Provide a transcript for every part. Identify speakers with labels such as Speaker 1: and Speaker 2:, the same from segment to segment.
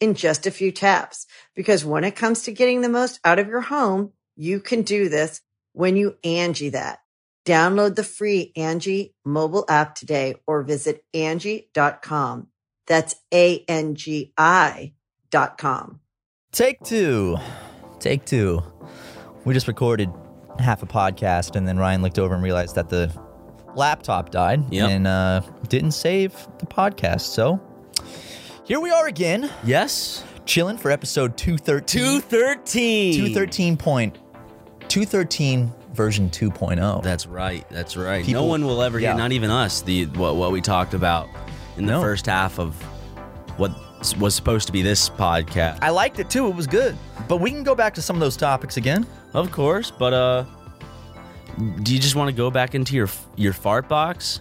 Speaker 1: in just a few taps. Because when it comes to getting the most out of your home, you can do this when you Angie that. Download the free Angie mobile app today or visit Angie.com. That's A-N-G-I dot com.
Speaker 2: Take two. Take two. We just recorded half a podcast, and then Ryan looked over and realized that the laptop died
Speaker 3: Yep.
Speaker 2: and uh, didn't save the podcast. So here we are again,
Speaker 3: Yes.
Speaker 2: chilling for episode 213.
Speaker 3: 213.
Speaker 2: 213 point. 213 version oh. 2.0.
Speaker 3: That's right. That's right. no
Speaker 2: People-
Speaker 3: one will ever
Speaker 2: yeah.
Speaker 3: get, not even us, the what, what we talked about in the
Speaker 2: No.
Speaker 3: first half of what s- was supposed to be this podcast.
Speaker 2: I liked it too. It was good. But we can go back to some of those topics again.
Speaker 3: Of course, but uh do you just want to go back into your f- your fart box?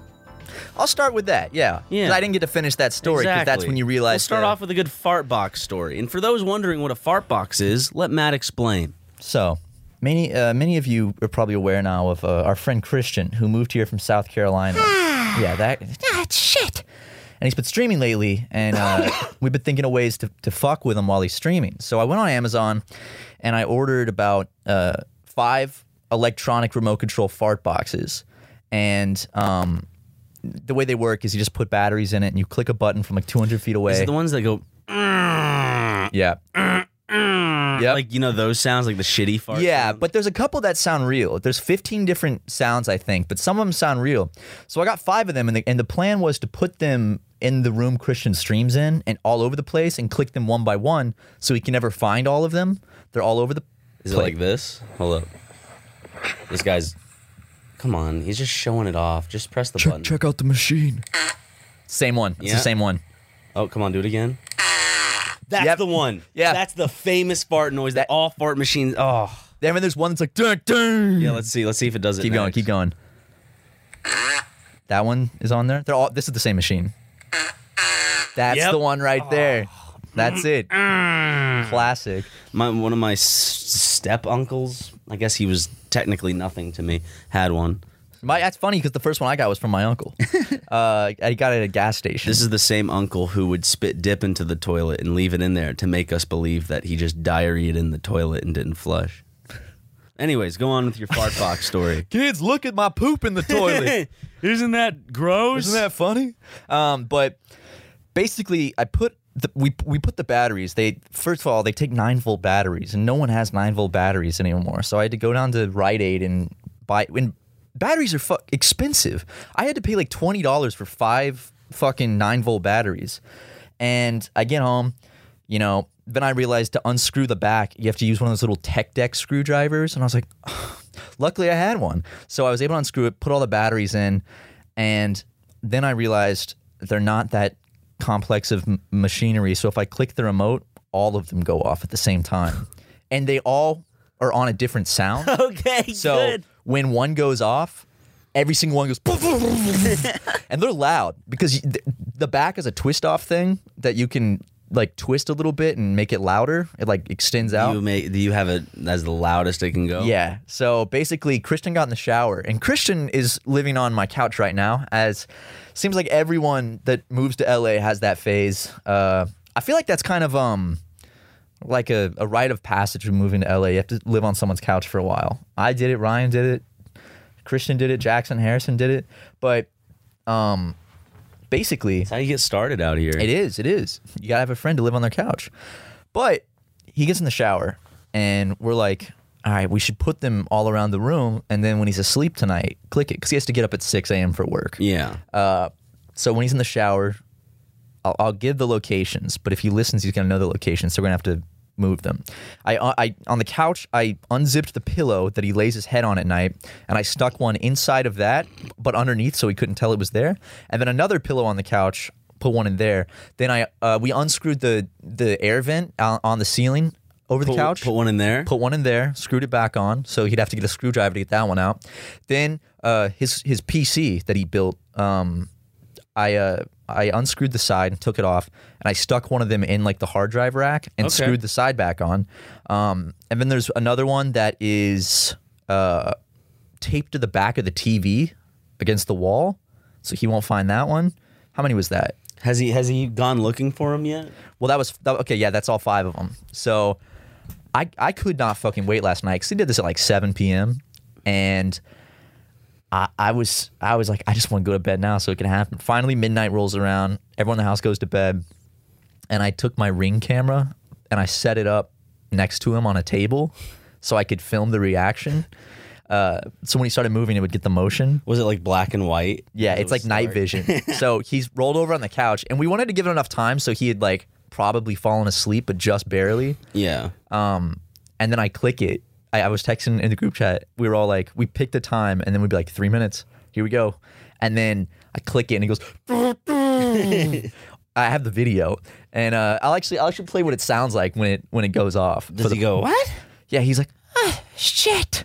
Speaker 2: I'll start with that. Yeah.
Speaker 3: Yeah.
Speaker 2: 'Cause I didn't get to finish that story because that's
Speaker 3: Exactly.
Speaker 2: when you uh, realize.
Speaker 3: We'll start
Speaker 2: the-
Speaker 3: off with a good fart box story. And for those wondering what a fart box is, let Matt explain.
Speaker 2: So, many uh, many of you are probably aware now of uh, our friend Christian, who moved here from South Carolina. yeah, that that shit. And he's been streaming lately, and uh, we've been thinking of ways to, to fuck with him while he's streaming. So I went on Amazon, and I ordered about uh, five electronic remote control fart boxes, and um, the way they work is you just put batteries in it, and you click a button from like 200 feet
Speaker 3: Is
Speaker 2: away.
Speaker 3: it the ones that go
Speaker 2: yeah. Yep.
Speaker 3: like you know those sounds like the shitty fart?
Speaker 2: Yeah,
Speaker 3: sound?
Speaker 2: but there's a couple that sound real. There's 15 different sounds, I think, but some of them sound real. So I got five of them, and the, and the plan was to put them in the room Christian streams in and all over the place and click them one by one so he can never find all of them. They're all over the
Speaker 3: Is it
Speaker 2: place.
Speaker 3: like this? Hold up. This guy's. Come on, he's just showing it off. Just press the button.
Speaker 2: out the machine. Same one. It's
Speaker 3: Yeah.
Speaker 2: the same one.
Speaker 3: Oh, come on, do it again. That's
Speaker 2: Yep.
Speaker 3: the one.
Speaker 2: Yeah.
Speaker 3: That's the famous fart noise that, all fart machines. Oh.
Speaker 2: Then there's one that's like, dun, dun.
Speaker 3: Yeah, let's see. Let's see if it does it.
Speaker 2: keep going, keep going. That one is on there. They're all. This is the same machine. That's
Speaker 3: Yep.
Speaker 2: the one right there. That's it. Classic.
Speaker 3: My, one of my s- step uncles, I guess he was technically nothing to me, had one.
Speaker 2: My, that's funny because the first one I got was from my uncle. uh, I got it at a gas station.
Speaker 3: This is the same uncle who would spit dip into the toilet and leave it in there to make us believe that he just diarrheaed in the toilet and didn't flush. Anyways, go on with your fart box story.
Speaker 2: Kids, look at my poop in the toilet.
Speaker 3: Isn't that gross?
Speaker 2: funny? Um, but basically, I put the, we we put the batteries. They first of all they take nine volt batteries, and no one has nine volt batteries anymore. So I had to go down to Rite Aid and buy. When batteries are fuck expensive, I had to pay like twenty dollars for five fucking nine volt batteries. And I get home, you know. Then I realized to unscrew the back, you have to use one of those little tech deck screwdrivers, and I was like, luckily I had one, so I was able to unscrew it, put all the batteries in, and then I realized they're not that complex of m- machinery. So if I click the remote, all of them go off at the same time, and they all are on a different sound.
Speaker 3: Okay,
Speaker 2: So
Speaker 3: good.
Speaker 2: when one goes off, every single one goes, and they're loud because y- th- the back is a twist off thing that you can like twist a little bit and make it louder. It like extends out.
Speaker 3: You make, do you have it as the loudest it can go?
Speaker 2: Yeah. So basically, Christian got in the shower, and Christian is living on my couch right now. As seems like everyone that moves to LA has that phase. Uh, I feel like that's kind of um like a, a rite of passage when moving to LA. You have to live on someone's couch for a while. I did it. Ryan did it. Christian did it. Jackson Harrison did it. But um, basically,
Speaker 3: That's how you get started out here.
Speaker 2: it is. It is. You gotta have a friend to live on their couch. But he gets in the shower, and we're like, all right, we should put them all around the room. And then when he's asleep tonight, click it because he has to get up at 6 a.m. for work.
Speaker 3: Yeah.
Speaker 2: Uh, so when he's in the shower, I'll, I'll give the locations, but if he listens, he's gonna know the locations, so we're gonna have to move them. I, uh, I on the couch, I unzipped the pillow that he lays his head on at night, and I stuck one inside of that, but underneath, so he couldn't tell it was there. And then another pillow on the couch, put one in there. Then I uh, we unscrewed the the air vent on, on the ceiling over the
Speaker 3: Put-
Speaker 2: couch
Speaker 3: Put one in there.
Speaker 2: put one in there, screwed it back on, so he'd have to get a screwdriver to get that one out. Then uh, his his PC that he built, um, I uh, I unscrewed the side and took it off, and I stuck one of them in like the hard drive rack and
Speaker 3: Okay.
Speaker 2: screwed the side back on. Um, and then there's another one that is uh, taped to the back of the TV against the wall, so he won't find that one. How many was that?
Speaker 3: has he has he gone looking for him yet?
Speaker 2: Well, that was that, okay. Yeah, that's all five of them. So, I I could not fucking wait last night because he did this at like seven p.m. and I I was I was like I just want to go to bed now so it can happen. Finally, midnight rolls around. Everyone in the house goes to bed, and I took my ring camera and I set it up next to him on a table so I could film the reaction. Uh, so when he started moving, it would get the motion.
Speaker 3: Was it like black and white?
Speaker 2: Yeah,
Speaker 3: It
Speaker 2: it's like
Speaker 3: was
Speaker 2: night
Speaker 3: dark.
Speaker 2: vision. so he's rolled over on the couch, and we wanted to give him enough time so he had like probably fallen asleep, but just barely.
Speaker 3: Yeah.
Speaker 2: Um, and then I click it. I, I was texting in the group chat. We were all like, we picked a time, and then we'd be like, three minutes. Here we go. And then I click it, and it goes. I have the video, and uh, I'll actually I'll actually play what it sounds like when it when it goes off.
Speaker 3: Does he go? What?
Speaker 2: Yeah, he's like, ah, shit.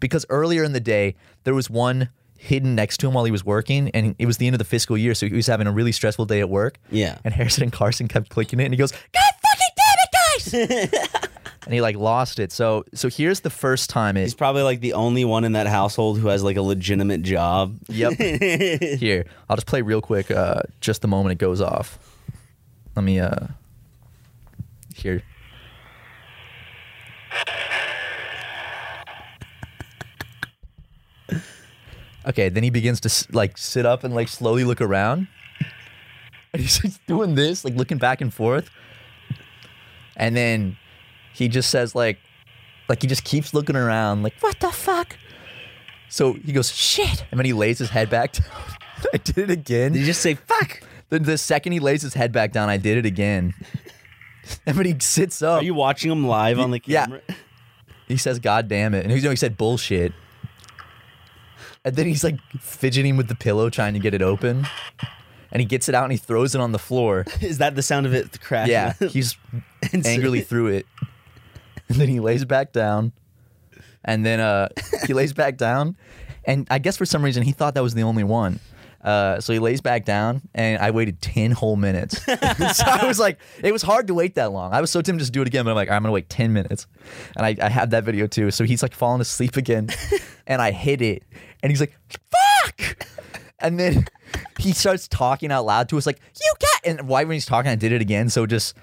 Speaker 2: Because earlier in the day, there was one hidden next to him while he was working, and it was the end of the fiscal year, so he was having a really stressful day at work.
Speaker 3: Yeah.
Speaker 2: And Harrison and Carson kept clicking it, and he goes, God fucking damn it, guys! and he like lost it. So, so here's the first time it.
Speaker 3: He's probably like the only one in that household who has like a legitimate job.
Speaker 2: Yep. Here, I'll just play real quick. Uh, just the moment it goes off. Let me. uh Here. Okay, then he begins to s- like sit up and like slowly look around, and he's like doing this, like looking back and forth, and then he just says like, like he just keeps looking around, like what the fuck. So he goes shit, and then he lays his head back. down. I did it again.
Speaker 3: Did you just say fuck?
Speaker 2: The, the second he lays his head back down, I did it again. and when he sits up,
Speaker 3: Are you watching him live on the
Speaker 2: Yeah.
Speaker 3: camera?
Speaker 2: he says, God damn it. And he's, no, he said bullshit. And then he's like fidgeting with the pillow, trying to get it open. And he gets it out and he throws it on the floor.
Speaker 3: Is that the sound of it crashing?
Speaker 2: Yeah, he's
Speaker 3: And so-
Speaker 2: angrily threw it. And then he lays back down. And then uh, he lays back down. And I guess for some reason he thought that was the only one. Uh, so he lays back down, and I waited 10 whole minutes. so I was like, it was hard to wait that long. I was so tempted to just do it again, but I'm like, I'm going to wait 10 minutes. And I, I had that video too. So he's like falling asleep again, and I hit it. And he's like, fuck! And then he starts talking out loud to us, like, you got. And right when he's talking, I did it again. So just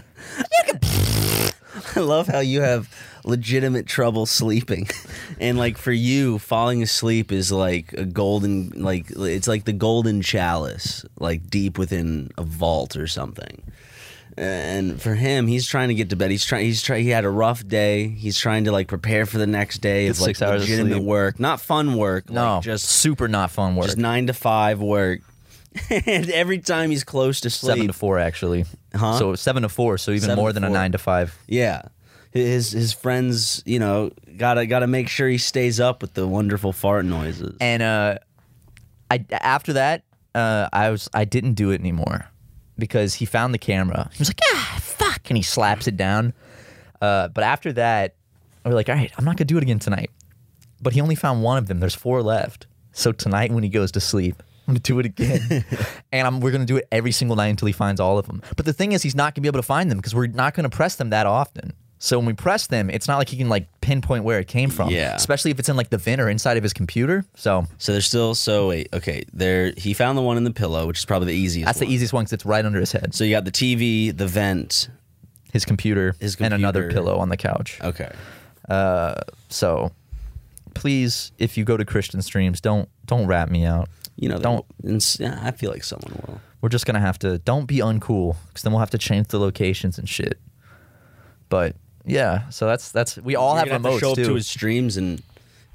Speaker 3: I love how you have legitimate trouble sleeping. And like for you, falling asleep is like a golden like it's like the golden chalice, like deep within a vault or something. And for him, he's trying to get to bed. He's trying he's try he had a rough day. He's trying to like prepare for the next day of
Speaker 2: Get
Speaker 3: like
Speaker 2: six hours of
Speaker 3: legitimate
Speaker 2: sleep.
Speaker 3: work. Not fun work.
Speaker 2: No,
Speaker 3: Like just
Speaker 2: Oh, super not fun work.
Speaker 3: just nine to five work. and every time he's close to sleep,
Speaker 2: seven to four actually.
Speaker 3: Huh?
Speaker 2: So seven to four. So even
Speaker 3: Seven
Speaker 2: more
Speaker 3: to
Speaker 2: than a
Speaker 3: four.
Speaker 2: nine to five.
Speaker 3: Yeah. His his friends, you know, gotta gotta make sure he stays up with the wonderful fart noises.
Speaker 2: And uh, I after that, uh, I was I didn't do it anymore because he found the camera. He was like, ah, fuck, and he slaps it down. Uh, but after that, we we're like, all right, I'm not gonna do it again tonight. But he only found one of them. There's four left. So tonight, when he goes to sleep, I'm gonna do it again, and I'm, we're gonna do it every single night until he finds all of them. But the thing is, he's not gonna be able to find them because we're not gonna press them that often. So when we press them, it's not like he can like pinpoint where it came from.
Speaker 3: Yeah.
Speaker 2: Especially if it's in like the VIN or inside of his computer. So
Speaker 3: So there's still so wait, okay. There he found the one in the pillow, which is probably the easiest.
Speaker 2: That's the
Speaker 3: one.
Speaker 2: easiest one because it's right under his head.
Speaker 3: So you got the TV, the vent.
Speaker 2: His computer,
Speaker 3: His
Speaker 2: and another
Speaker 3: computer.
Speaker 2: pillow on the couch.
Speaker 3: Okay.
Speaker 2: So, please, if you go to Christian streams, don't don't rat me out.
Speaker 3: You know,
Speaker 2: Don't-
Speaker 3: It's, yeah, I feel like someone will.
Speaker 2: We're just gonna have to don't be uncool because then we'll have to change the locations and shit. But Yeah, so that's that's we all have
Speaker 3: You're gonna
Speaker 2: remotes
Speaker 3: show up
Speaker 2: too.
Speaker 3: to his streams and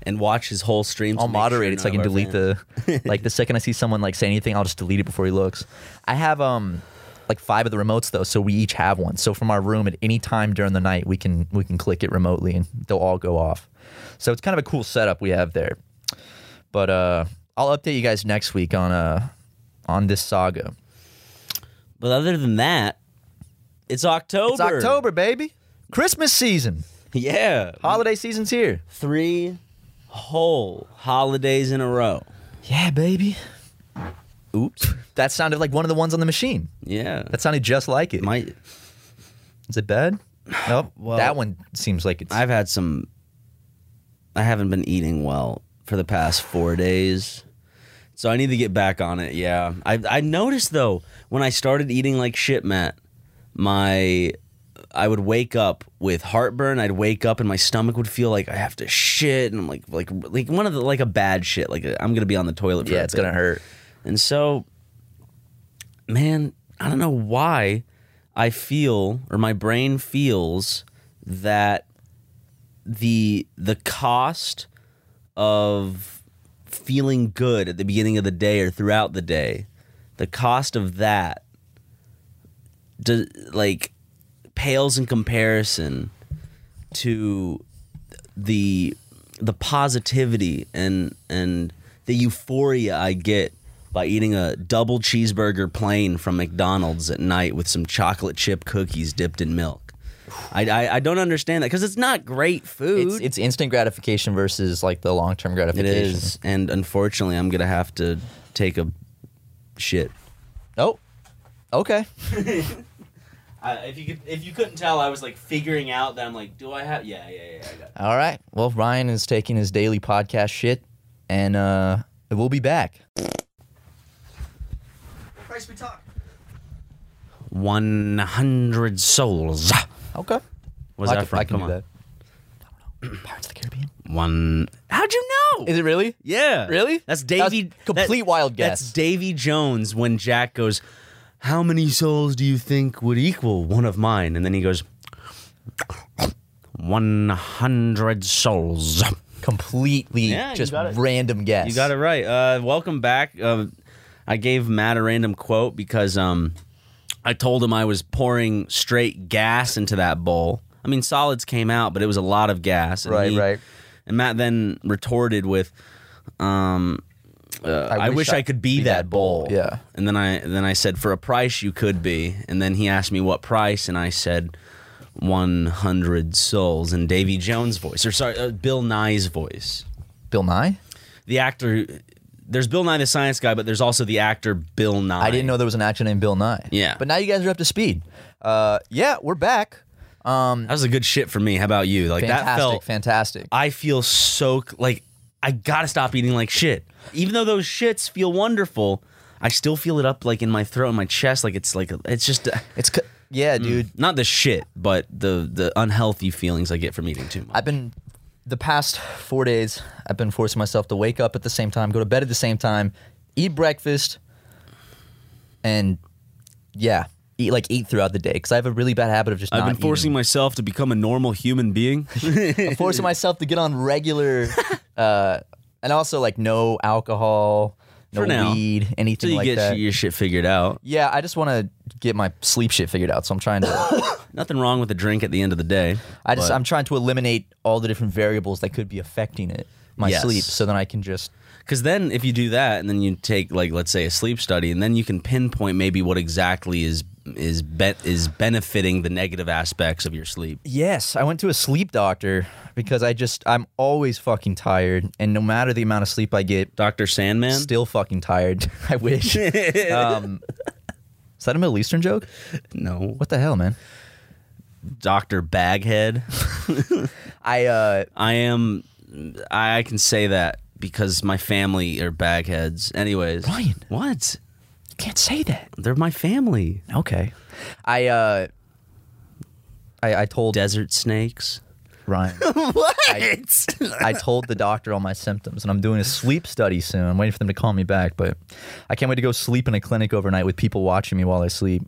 Speaker 3: and watch his whole stream.
Speaker 2: I'll moderate it so I can delete the like the second I see someone like say anything, I'll just delete it before he looks. I have um like five of the remotes though, so we each have one. So from our room at any time during the night, we can we can click it remotely and they'll all go off. So it's kind of a cool setup we have there. But uh I'll update you guys next week on uh on this saga.
Speaker 3: But other than that, it's October.
Speaker 2: It's October, baby. Christmas season.
Speaker 3: Yeah,
Speaker 2: Holiday season's here.
Speaker 3: three whole holidays in a row.
Speaker 2: Yeah, baby.
Speaker 3: Oops.
Speaker 2: That sounded like one of the ones on the machine.
Speaker 3: Yeah.
Speaker 2: That sounded just like it.
Speaker 3: might.
Speaker 2: Is it bad? Nope.
Speaker 3: Well,
Speaker 2: that one seems like it's.
Speaker 3: I've had some. I haven't been eating well for the past four days, so I need to get back on it. Yeah, I I noticed though when I started eating like shit, Matt, my I would wake up with heartburn. I'd wake up and my stomach would feel like I have to shit, and I'm like like like one of the like a bad shit. Like i am I'm gonna be on the toilet. For
Speaker 2: yeah,
Speaker 3: a
Speaker 2: it's
Speaker 3: bit.
Speaker 2: gonna hurt.
Speaker 3: And so, man, I don't know why I feel or my brain feels that the the cost of feeling good at the beginning of the day or throughout the day, the cost of that does like pales in comparison to the the positivity and and the euphoria I get by eating a double cheeseburger plain from McDonald's at night with some chocolate chip cookies dipped in milk. I I, I don't understand that because it's not great food.
Speaker 2: It's, it's instant gratification versus like the long term
Speaker 3: It
Speaker 2: gratification.
Speaker 3: is, and unfortunately, I'm gonna have to take a shit.
Speaker 2: Oh, okay.
Speaker 3: if you could, if you couldn't tell, I was like figuring out that I'm like, do I have? Yeah, yeah, yeah. I got
Speaker 2: All right. Well, Ryan is taking his daily podcast shit, and uh, we'll be back.
Speaker 3: Price we talk. One hundred souls.
Speaker 2: Okay.
Speaker 3: Was
Speaker 2: I
Speaker 3: that
Speaker 2: can,
Speaker 3: from?
Speaker 2: I can
Speaker 3: Come
Speaker 2: do
Speaker 3: on.
Speaker 2: that. I don't know. Pirates of the Caribbean.
Speaker 3: One. How'd you know?
Speaker 2: Is it really?
Speaker 3: yeah.
Speaker 2: Really?
Speaker 3: That's
Speaker 2: That was
Speaker 3: Davy.
Speaker 2: complete wild
Speaker 3: That's
Speaker 2: guess.
Speaker 3: Davy Jones when Jack goes, "How many souls do you think would equal one of mine?" And then he goes, "One hundred souls."
Speaker 2: Completely
Speaker 3: Yeah, you
Speaker 2: just
Speaker 3: got it.
Speaker 2: random guess.
Speaker 3: You got it right. Uh, welcome back. Uh, I gave Matt a random quote because um, I told him I was pouring straight gas into that bowl. I mean, solids came out, but it was a lot of gas. And
Speaker 2: Right,
Speaker 3: he-
Speaker 2: right.
Speaker 3: And Matt then retorted with, um, uh, I, wish, I, could be, that bowl.
Speaker 2: Yeah.
Speaker 3: And then I then I said, for a price, you could be. And then he asked me what price, and I said, one hundred souls in Davy Jones' voice, or sorry, uh, Bill Nye's voice
Speaker 2: Bill Nye.
Speaker 3: the actor who- there's Bill Nye the Science Guy, but there's also the actor Bill Nye.
Speaker 2: I didn't know there was an actor named Bill Nye.
Speaker 3: Yeah.
Speaker 2: But now you guys are up to speed. Uh, yeah, we're back. Um,
Speaker 3: that was a good shit for me. How about you? Like that
Speaker 2: fantastic,
Speaker 3: felt.
Speaker 2: fantastic.
Speaker 3: I feel so c- like I gotta stop eating like shit. Even though those shits feel wonderful, I still feel it up like in my throat, in my chest. Like it's like it's just uh,
Speaker 2: It's c- yeah, dude.
Speaker 3: not the shit, but the the unhealthy feelings I get from eating too much.
Speaker 2: I've been the past four days. I've been forcing myself to wake up at the same time, go to bed at the same time, eat breakfast, and yeah, eat like eat throughout the day because I have a really bad habit of just.
Speaker 3: I've
Speaker 2: not
Speaker 3: been forcing
Speaker 2: eating.
Speaker 3: myself to become a normal human being.
Speaker 2: I'm forcing myself to get on regular, uh, and also like no alcohol, no
Speaker 3: For now.
Speaker 2: weed, anything
Speaker 3: Until you
Speaker 2: like
Speaker 3: get
Speaker 2: that.
Speaker 3: your shit figured out.
Speaker 2: yeah, I just want to get my sleep shit figured out, so I'm trying to.
Speaker 3: Nothing wrong with a drink at the end of the day.
Speaker 2: I just
Speaker 3: but-
Speaker 2: I'm trying to eliminate all the different variables that could be affecting it, my
Speaker 3: Yes.
Speaker 2: sleep, so then I can just
Speaker 3: Because then, if you do that, and then you take like let's say a sleep study, and then you can pinpoint maybe what exactly is is bet is benefiting the negative aspects of your sleep.
Speaker 2: Yes, I went to a sleep doctor because I just I'm always fucking tired, and no matter the amount of sleep I get,
Speaker 3: Doctor Sandman.
Speaker 2: still fucking tired. I wish. um, is that a Middle Eastern joke?
Speaker 3: no.
Speaker 2: What the hell, man?
Speaker 3: Doctor Baghead.
Speaker 2: I uh,
Speaker 3: I am. I, I can say that because my family are bagheads. Anyways,
Speaker 2: Ryan.
Speaker 3: What?
Speaker 2: can't say that.
Speaker 3: They're my family.
Speaker 2: Okay, I uh, I, I told
Speaker 3: Desert snakes.
Speaker 2: Ryan.
Speaker 3: what?
Speaker 2: I told the doctor all my symptoms, and I'm doing a sleep study soon. I'm waiting for them to call me back, but I can't wait to go sleep in a clinic overnight with people watching me while I sleep.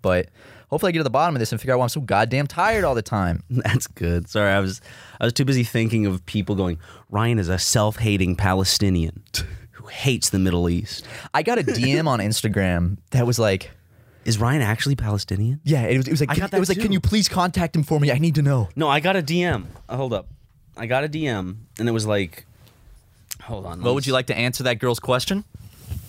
Speaker 2: But Hopefully, I get to the bottom of this and figure out why I'm so goddamn tired all the time.
Speaker 3: That's good. Sorry, I was I was too busy thinking of people going. Ryan is a self-hating Palestinian who hates the Middle East.
Speaker 2: I got a DM on Instagram that was like,
Speaker 3: Is Ryan actually Palestinian?
Speaker 2: yeah, it was, it was like,
Speaker 3: I
Speaker 2: can,
Speaker 3: got
Speaker 2: it was
Speaker 3: that
Speaker 2: like, can
Speaker 3: too.
Speaker 2: you please contact him for me? I need to know.
Speaker 3: No, I got a DM. Uh, hold up, I got a DM, and it was like, hold on.
Speaker 4: What would you like to answer that girl's question?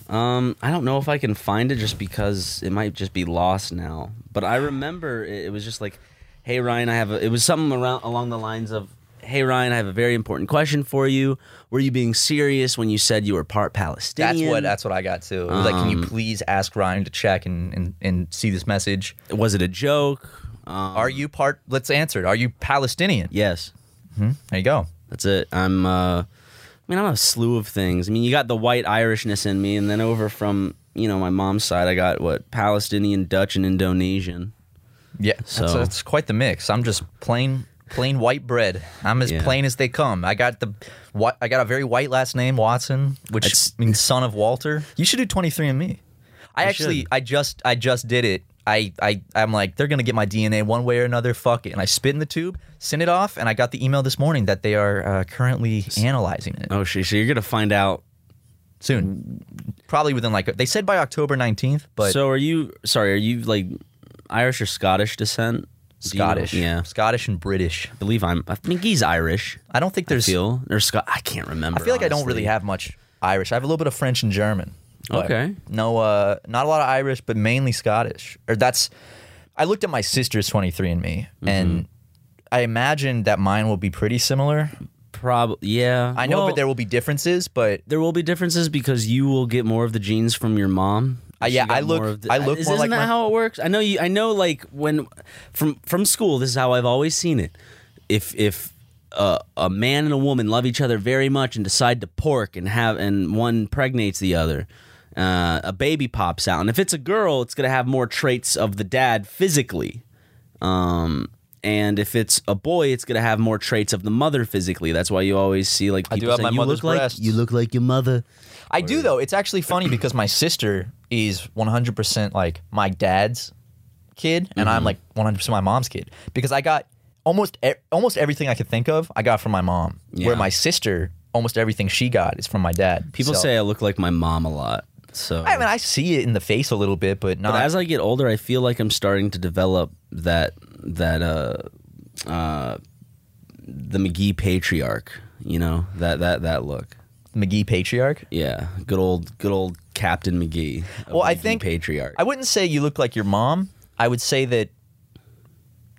Speaker 3: Um, I don't know if I can find it just because it might just be lost now. But I remember it, it was just like, "Hey Ryan, I have a." It was something around along the lines of, "Hey Ryan, I have a very important question for you. Were you being serious when you said you were part Palestinian?"
Speaker 2: That's what that's what I got too. It was like,
Speaker 4: Um.
Speaker 2: can you please ask Ryan to check and, and, and see this message?
Speaker 3: was it a joke? Um,
Speaker 2: Are you part? Let's answer it. Are you Palestinian?
Speaker 3: yes,
Speaker 2: There you go.
Speaker 3: that's it. I'm. uh I mean, I'm a slew of things. I mean, you got the white Irishness in me, and then over from you know my mom's side, I got what Palestinian, Dutch, and Indonesian.
Speaker 2: Yeah,
Speaker 3: So-
Speaker 2: so it's quite the mix. I'm just plain plain white bread. I'm as
Speaker 3: Yeah.
Speaker 2: plain as they come. I got the whi- I got a very white last name Watson, which
Speaker 3: It's-
Speaker 2: means son of Walter. You should do 23andme. I actually
Speaker 3: should.
Speaker 2: I just I just did it. I, I I'm like they're gonna get my DNA one way or another. Fuck it, and I spit in the tube, sent it off, and I got the email this morning that they are uh, currently analyzing it
Speaker 3: Oh, shit! So you're gonna find out
Speaker 2: soon, probably within like they said by October 19th, but
Speaker 3: so are you? Sorry, are you like Irish or Scottish descent? Do you-
Speaker 2: Scottish,
Speaker 3: yeah,
Speaker 2: Scottish and British.
Speaker 3: I believe I'm. I think he's Irish.
Speaker 2: I don't think
Speaker 3: I
Speaker 2: there's
Speaker 3: feel or Scot. I can't remember.
Speaker 2: I feel like I don't
Speaker 3: honestly.
Speaker 2: really have much Irish. I have a little bit of French and German. but
Speaker 3: Okay.
Speaker 2: No, uh, not a lot of Irish, but mainly Scottish. Or that's. I looked at my sister's 23 and me,
Speaker 3: Mm-hmm.
Speaker 2: and I imagine that mine will be pretty similar.
Speaker 3: Probably. Yeah,
Speaker 2: I know,
Speaker 3: Well,
Speaker 2: but there will be differences. But
Speaker 3: there will be differences because you will get more of the genes from your mom.
Speaker 2: Uh, yeah,
Speaker 3: She got
Speaker 2: I look-
Speaker 3: more of
Speaker 2: I look
Speaker 3: is-
Speaker 2: more
Speaker 3: isn't
Speaker 2: like
Speaker 3: that
Speaker 2: my-
Speaker 3: how it works? I know. You. I know. Like when from from school, this is how I've always seen it. If if. Uh, a man and a woman love each other very much and decide to pork and have and one pregnates the other. Uh, a baby pops out, and if it's a girl, it's gonna have more traits of the dad physically. Um, and if it's a boy, it's gonna have more traits of the mother physically. That's why you always see like people
Speaker 4: do have
Speaker 3: say,
Speaker 4: my
Speaker 3: "You
Speaker 4: mother's
Speaker 3: look like-
Speaker 4: breasts."
Speaker 3: you look like your mother.
Speaker 2: I do though. It's actually funny because my sister is 100% like my dad's kid, and
Speaker 3: Mm-hmm.
Speaker 2: I'm like 100% my mom's kid because I got almost e- almost everything I could think of. I got from my mom.
Speaker 3: Yeah.
Speaker 2: Where my sister, almost everything she got is from my dad.
Speaker 3: People
Speaker 2: So-
Speaker 3: say I look like my mom a lot. So
Speaker 2: I mean, I see it in the face a little bit, but not.
Speaker 3: but as I get older, I feel like I'm starting to develop that that uh uh the McGee patriarch, you know, that that that look.
Speaker 2: McGee patriarch.
Speaker 3: Yeah, good old good old Captain McGee. of
Speaker 2: Well, I
Speaker 3: McGee
Speaker 2: think-
Speaker 3: patriarch.
Speaker 2: I wouldn't say you look like your mom. I would say that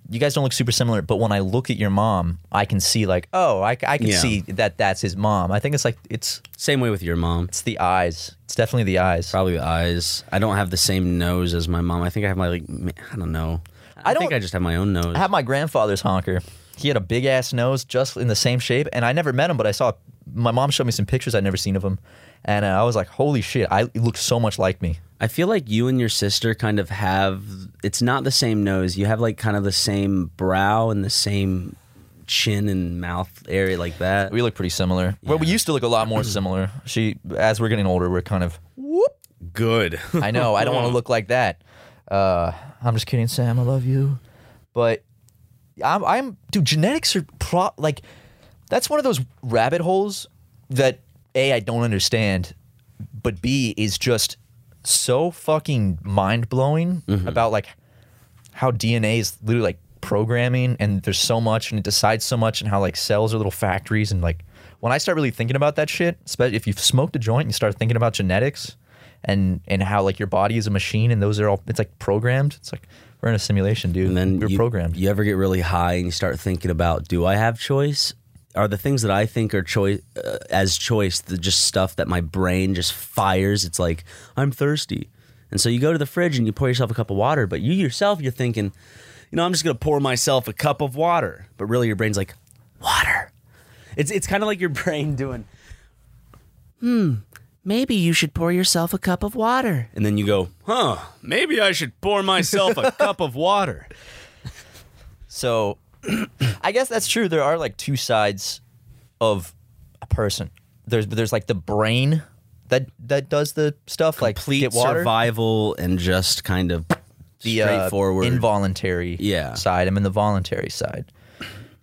Speaker 2: you guys don't look super similar, but when I look at your mom, I can see like, oh, I, I can
Speaker 3: Yeah.
Speaker 2: see that that's his mom. I think it's like it's
Speaker 3: Same way with your mom.
Speaker 2: it's the eyes. It's definitely the eyes.
Speaker 3: Probably the eyes. I don't have the same nose as my mom. I think I have my like m- I don't know. I,
Speaker 2: I
Speaker 3: think
Speaker 2: don't-
Speaker 3: I just have my own nose.
Speaker 2: I have my grandfather's honker. He had a big ass nose, just in the same shape, and I never met him, but I saw my mom showed me some pictures I'd never seen of him, and uh, I was like, holy shit, I he looks so much like me.
Speaker 3: I feel like you and your sister kind of have it's not the same nose. You have like kind of the same brow and the same chin and mouth area like that.
Speaker 2: We look pretty similar. Well, we used to look a lot more similar. She, as we're getting older, we're kind of.
Speaker 3: Good.
Speaker 2: I know. I don't want to look like that. Uh, I'm just kidding, Sam. I love you, but I'm, I'm dude. Genetics are pro like that's one of those rabbit holes that a I don't understand, but b is just so fucking mind blowing
Speaker 3: Mm-hmm.
Speaker 2: about like how DNA is literally like programming and there's so much and it decides so much and how like cells are little factories and like when I start really thinking about that shit, especially if you've smoked a joint and you start thinking about genetics and and how like your body is a machine and those are all it's like programmed. It's like we're in a simulation, dude.
Speaker 3: and then
Speaker 2: we're
Speaker 3: you,
Speaker 2: programmed.
Speaker 3: You ever get really high and you start thinking about do I have choice? Are the things that I think are choice uh, as choice the just stuff that my brain just fires? It's like I'm thirsty, and so you go to the fridge and you pour yourself a cup of water, but you yourself you're thinking, you know, I'm just gonna pour myself a cup of water, but really your brain's like water. It's it's kind of like your brain doing. Hmm. Maybe you should pour yourself a cup of water. And then you go, huh, maybe I should pour myself a cup of water.
Speaker 2: So I guess that's true. There are like two sides of a person. There's there's like the brain that that does the stuff like
Speaker 3: complete
Speaker 2: get water.
Speaker 3: survival and just kind of
Speaker 2: the uh,
Speaker 3: Straightforward.
Speaker 2: involuntary
Speaker 3: Yeah.
Speaker 2: side. I'm in the voluntary side.